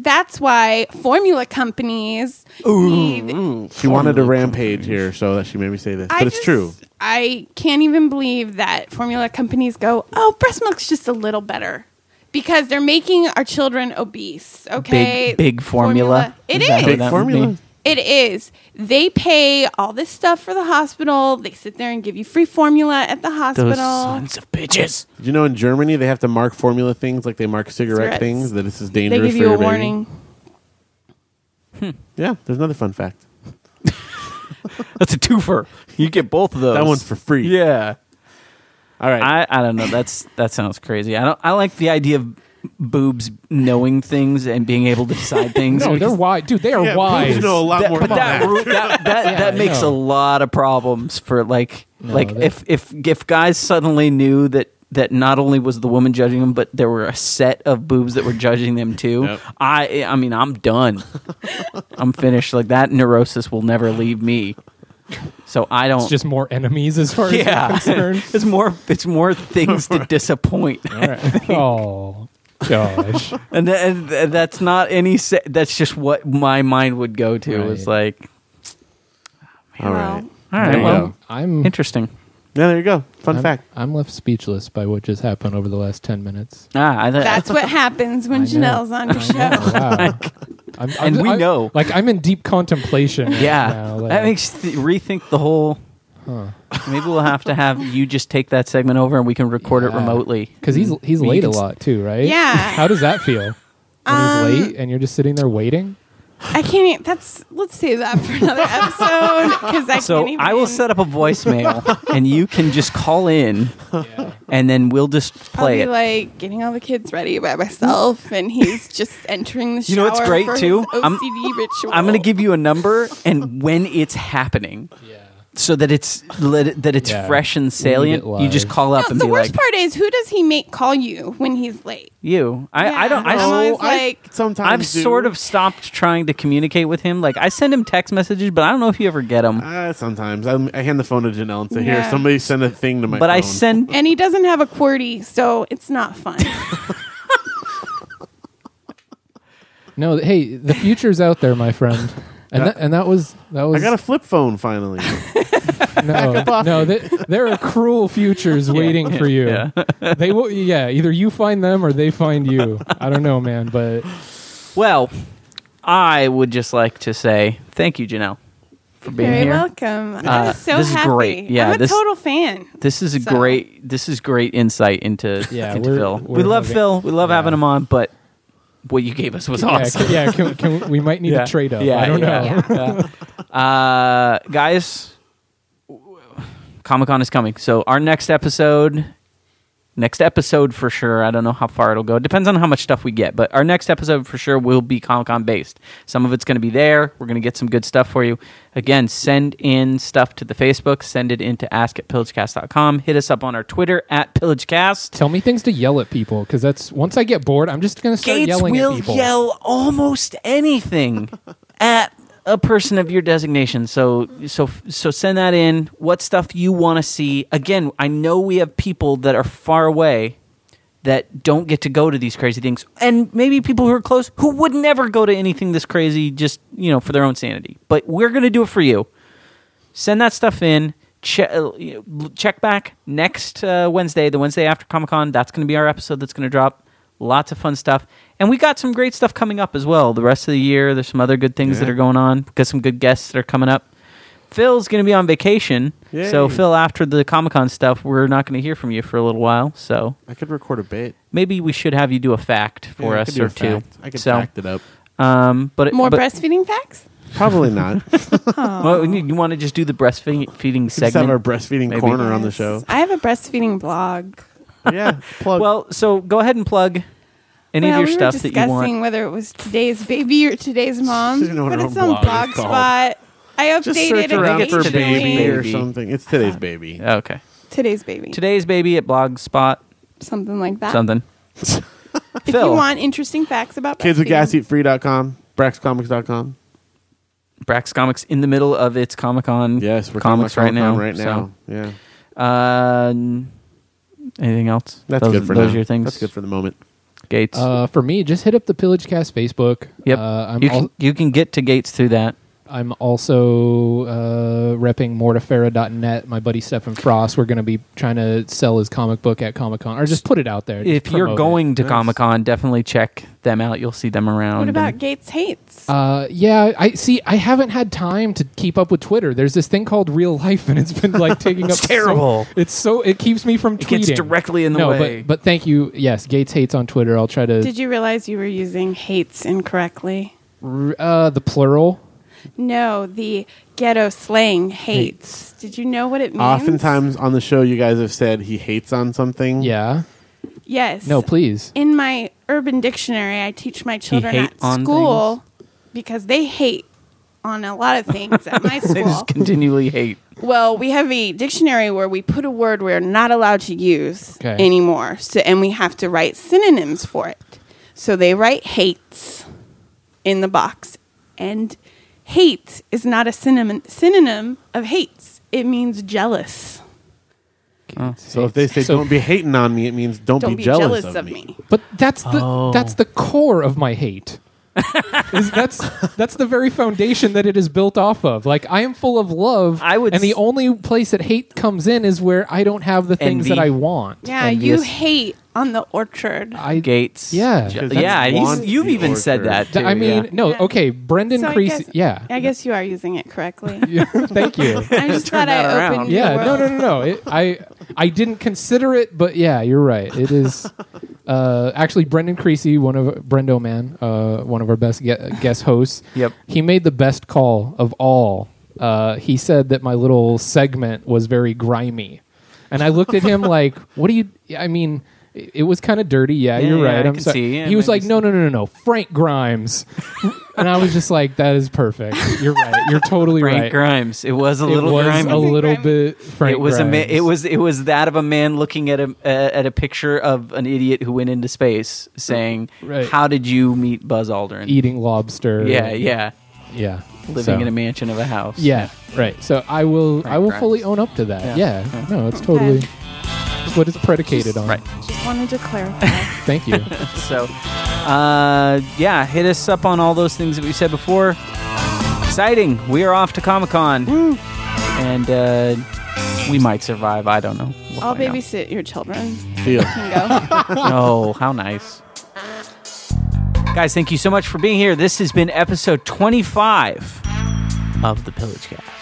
S4: That's why formula companies need.
S3: She wanted a rampage here, so that she made me say this,
S4: I
S3: but it's
S4: just-
S3: true.
S4: I can't even believe that formula companies go, oh, breast milk's just a little better because they're making our children obese. Okay.
S1: Big big formula.
S4: It
S1: that
S4: is.
S1: what
S3: Big
S1: that would
S3: formula.
S1: mean?
S4: It is. They pay all this stuff for the hospital. They sit there and give you free formula at the hospital.
S1: Those sons of bitches.
S3: Did you know in Germany they have to mark formula things like they mark cigarette
S4: Cigarettes.
S3: things that this is
S4: they
S3: dangerous
S4: give
S3: for
S4: you
S3: your
S4: a
S3: baby?
S4: warning.
S3: Yeah, there's another fun fact.
S1: That's a twofer. You get both of those.
S3: That one's for free.
S1: Yeah.
S3: All right.
S1: I, I don't know. That's that sounds crazy. I don't. I like the idea of boobs knowing things and being able to decide things.
S2: No, they're
S1: because
S2: wide, dude. They are
S3: Yeah,
S2: wise.
S3: boobs know a lot
S1: that,
S3: more.
S1: but
S3: than
S1: that,
S3: that.
S1: ru- that, that, that
S2: I
S1: makes a
S2: know.
S1: lot of problems for like
S2: No,
S1: like
S2: they-
S1: if if if guys suddenly knew that that not only was the woman judging them, but there were a set of boobs that were judging them too.
S3: Yep.
S1: I I mean I'm done. I'm finished. Like that neurosis will never leave me. So I don't.
S2: It's just more enemies as far
S1: yeah,
S2: as I'm concerned.
S1: it's more it's more things to disappoint.
S2: All right. Oh gosh.
S1: and, th- and th- that's not any se- that's just what my mind would go to is like
S3: All right.
S4: Well,
S1: all
S3: There
S1: right
S3: you
S1: well
S3: go.
S2: I'm
S1: interesting
S3: Yeah, there you go. Fun
S2: I'm-
S3: fact.
S2: I'm left speechless by what just happened over the last ten minutes.
S1: ah I th-
S4: That's what happens when
S2: I know.
S4: Janelle's on your
S2: I know,
S4: show.
S2: wow. I'm- I'm-
S1: And we
S2: I-
S1: know.
S2: like I'm in deep contemplation. right
S1: yeah
S2: now, like-
S1: that makes th- rethink the whole maybe we'll have to have you just take that segment over and we can record it
S2: Yeah.
S1: remotely
S2: because he's he's
S1: You
S2: late a
S1: can s-
S2: lot too, right?
S4: Yeah.
S2: How does that feel? When he's late and you're just sitting there waiting.
S4: I can't. e- That's let's save that for another episode because I
S1: so
S4: can't even.
S1: I will set up a voicemail and you can just call in and then we'll just
S4: I'll
S1: play
S4: be
S1: it
S4: like getting all the kids ready by myself, and he's just entering the shower.
S1: You know what's great,
S4: for his
S1: too?
S4: OCD
S1: I'm-
S4: ritual.
S1: I'm gonna give you a number and when it's happening
S2: Yeah.
S1: so that it's let it, that it's
S2: Yeah.
S1: fresh and salient.
S2: Read it
S1: You
S2: live.
S1: just call up
S4: No,
S1: and
S4: the
S1: be
S4: worst
S1: like,
S4: part is who does he make call you when he's late?
S1: "You, I, I
S4: Yeah.
S1: don't, I,
S4: I'm
S1: s-
S4: always
S3: I
S4: like-
S3: sometimes
S1: I've
S3: do.
S1: sort of stopped trying to communicate with him. Like I send him text messages, but I don't know if you ever get them.
S3: Uh, sometimes I, I hand the phone to Janelle and say, "Here,
S4: Yeah.
S3: somebody send a thing to my."
S1: But I
S3: phone."
S1: send,
S4: And he doesn't have a QWERTY, so it's not fun.
S2: No. th- Hey, the future's out there, my friend. And that, and that was that was
S3: I got a flip phone finally.
S2: no no th there are cruel futures waiting for you. They will yeah either you find them or they find you. I don't know, man, but
S1: well, I would just like to say thank you, Janelle, for being
S4: Very
S1: here.
S4: welcome. I
S1: Uh,
S4: was so
S1: this is
S4: happy.
S1: great. Yeah,
S4: I'm a
S1: this-
S4: total fan.
S1: This is a
S4: So-
S1: great, this is great insight into,
S2: Yeah,
S1: into
S2: we're-
S1: Phil. we
S2: we're
S1: love
S2: having-
S1: Phil. We love
S2: yeah.
S1: having him on, but what you gave us was awesome.
S2: yeah, c- yeah can, can, we- we might need
S1: Yeah.
S2: a trade up.
S1: Yeah,
S2: I don't know.
S1: yeah, yeah. uh, guys, Comic Con is coming. So our next episode, next episode for sure. I don't know how far it'll go. It depends on how much stuff we get, but our next episode for sure will be Comic Con based. Some of it's going to be there. We're going to get some good stuff for you. Again, send in stuff to the Facebook. Send it into ask at pillagecast.com. Hit us up on our Twitter at pillagecast.
S2: Tell me things to yell at people because that's once I get bored, I'm just gonna start
S1: Gates
S2: yelling
S1: will
S2: at people.
S1: yell almost anything at a person of your designation. So so so send that in. What stuff you want to see? Again, I know we have people that are far away that don't get to go to these crazy things, and maybe people who are close who would never go to anything this crazy just you know for their own sanity. But we're gonna do it for you. Send that stuff in. uh, Check, check back next uh, Wednesday, the Wednesday after Comic Con. That's going to be our episode that's going to drop. Lots of fun stuff. And we got some great stuff coming up as well. The rest of the year, there's some other good things that
S3: Yeah.
S1: are going on. We've got some good guests that are coming up. Phil's going to be on vacation. So,
S3: Yay.
S1: Phil, after the Comic Con stuff, we're not going to hear from you for a little while. So,
S3: I could record a bit
S1: maybe we should have you do a fact for
S3: Yeah, I could
S1: us
S3: do a
S1: or two.
S3: fact. I could
S1: so,
S3: fact it up.
S1: um, but it,
S4: More
S1: but,
S4: breastfeeding facts?
S3: Probably not.
S1: well, you, want to just do the breastfeeding feeding
S3: Just have
S1: segment?
S3: our breastfeeding
S1: Maybe.
S3: corner on the
S4: Yes.
S3: show.
S4: I have a breastfeeding blog.
S3: yeah. Plug.
S1: Well, so go ahead and plug any
S4: well,
S1: of your
S4: we
S1: stuff
S4: were
S1: that you
S4: discussing
S1: want.
S4: whether it was today's baby or today's mom,
S3: She didn't know what
S4: but
S3: her
S4: it's
S3: own
S4: on
S3: blog is called.
S4: Blogspot. I updated
S3: just search
S4: it
S3: around
S1: think
S3: for
S1: it's
S4: occasionally.
S1: today's
S3: baby, or
S1: baby.
S3: something. It's today's baby.
S1: Oh, Okay.
S4: Today's baby,
S1: Today's baby at Blogspot
S4: something like that.
S1: something.
S4: If
S1: Phil,
S4: you want interesting facts about
S3: Kids with
S4: breastfeeding.
S3: gas eat free.com, braxcomics.com.
S1: Brax Comics in the middle of its Comic Con.
S3: Yes, we're
S1: comics
S3: Comic-Con
S1: right now.
S3: Right now.
S1: so,
S3: yeah.
S1: uh, n- anything else?
S3: That's
S1: those,
S3: good for
S1: those
S3: now.
S1: are your things.
S3: That's good for the moment.
S1: Gates.
S2: Uh, for me, just hit up the Pillagecast Facebook.
S1: yep.
S2: Uh, I'm,
S1: you
S2: al-
S1: can you can get to Gates through that.
S2: I'm also uh, repping mortifera.net. My buddy Stefan Frost. We're going to be trying to sell his comic book at Comic Con, or just put it out there. just
S1: If you're
S2: promote it.
S1: going to
S3: Nice.
S1: Comic Con, definitely check them out. You'll see them around.
S4: What about
S1: and-
S4: Gates hates?
S2: Uh, yeah, I see. I haven't had time to keep up with Twitter. There's this thing called real life, and it's been like taking up.
S1: It's
S2: so-
S1: terrible.
S2: it's so it keeps me from tweeting.
S1: gets directly in the
S2: no,
S1: way.
S2: But, but thank you. Yes, Gates hates on Twitter. I'll try to
S4: Did you realize you were using hates incorrectly?
S2: r- uh, the plural.
S4: No, the ghetto slang hates. Did you know what it means?
S3: Oftentimes on the show, you guys have said he hates on something.
S2: Yeah.
S4: yes.
S2: No, please.
S4: in my urban dictionary, I teach my children
S1: hate
S4: at
S1: on
S4: school because they hate on a lot of things at my
S1: they
S4: school.
S1: just continually hate.
S4: well, we have a dictionary where we put a word we're not allowed to use
S2: Okay.
S4: anymore, so and we have to write synonyms for it. So they write hates in the box, and hate is not a synonym synonym of hates. It means jealous.
S3: So if they say
S2: So-
S3: don't be hating on me, it means don't,
S4: Don't
S3: be, jealous, of, me.
S2: But that's the
S1: Oh.
S2: that's the core of my hate. Is- that's that's the very foundation that it is built off of. Like I am full of love,
S1: I would
S2: and the
S1: s-
S2: only place that hate comes in is where I don't have the things
S1: Envy.
S2: that I want.
S4: Yeah,
S1: Envious.
S4: you hate on the orchard.
S2: I
S1: Gates.
S2: Yeah.
S1: Je-
S3: Because that's
S1: yeah. he's-
S3: want
S1: You've
S3: the
S1: even said
S3: order.
S1: that.
S2: Th- I
S1: too,
S2: mean,
S1: yeah.
S2: no, okay, Brendan
S4: So I
S2: Creasy.
S4: guess-
S2: yeah.
S4: I guess you are using it correctly.
S2: Yeah, Thank you.
S4: I just thought
S1: that
S4: I
S1: around.
S4: opened
S2: Yeah,
S4: your
S2: no,
S4: world.
S2: no, no, no. It, I I didn't consider it, but yeah, you're right. It is uh, actually Brendan Creasy, one of Brendo Man, uh, one of our best ge- guest hosts.
S1: Yep.
S2: he made the best call of all. Uh, he said that my little segment was very grimy, and I looked at him like, "What do you? I mean." it- It was kind of dirty. Yeah,
S1: Yeah,
S2: you're
S1: yeah,
S2: right.
S1: I
S2: I'm
S1: can
S2: sorry.
S1: see. Yeah,
S2: he was
S1: maybe
S2: like,
S1: so.
S2: no, no, no, no, no, Frank Grimes, and I was just like, that is perfect. You're right. You're totally
S1: Frank
S2: right
S1: Grimes. It was a
S2: it
S1: little
S2: was
S1: grimy.
S2: a little
S4: Grimes.
S2: bit Frank
S1: it was a ma-
S2: Grimes.
S1: it was it was that of a man looking at a uh, at a picture of an idiot who went into space saying,
S2: Right.
S1: "How did you meet Buzz Aldrin?"
S2: eating lobster.
S1: Yeah, yeah.
S2: yeah.
S1: Living
S2: So-
S1: in a mansion of a house.
S2: yeah, right. So I will I will
S1: Grimes.
S2: fully own up to that.
S1: Yeah.
S2: Yeah, no, it's totally it's what it's predicated on.
S1: Right.
S4: Just wanted to clarify.
S2: Thank you.
S1: So, uh, yeah, hit us up on all those things that we said before. Exciting. We are off to Comic Con. And uh, we might survive. I don't know. We'll
S2: Oh,
S4: I'll
S1: find out.
S4: babysit your children.
S3: See ya.
S4: Can go.
S1: Oh, how nice. Guys, thank you so much for being here. This has been episode 25 of The Pillage Cast.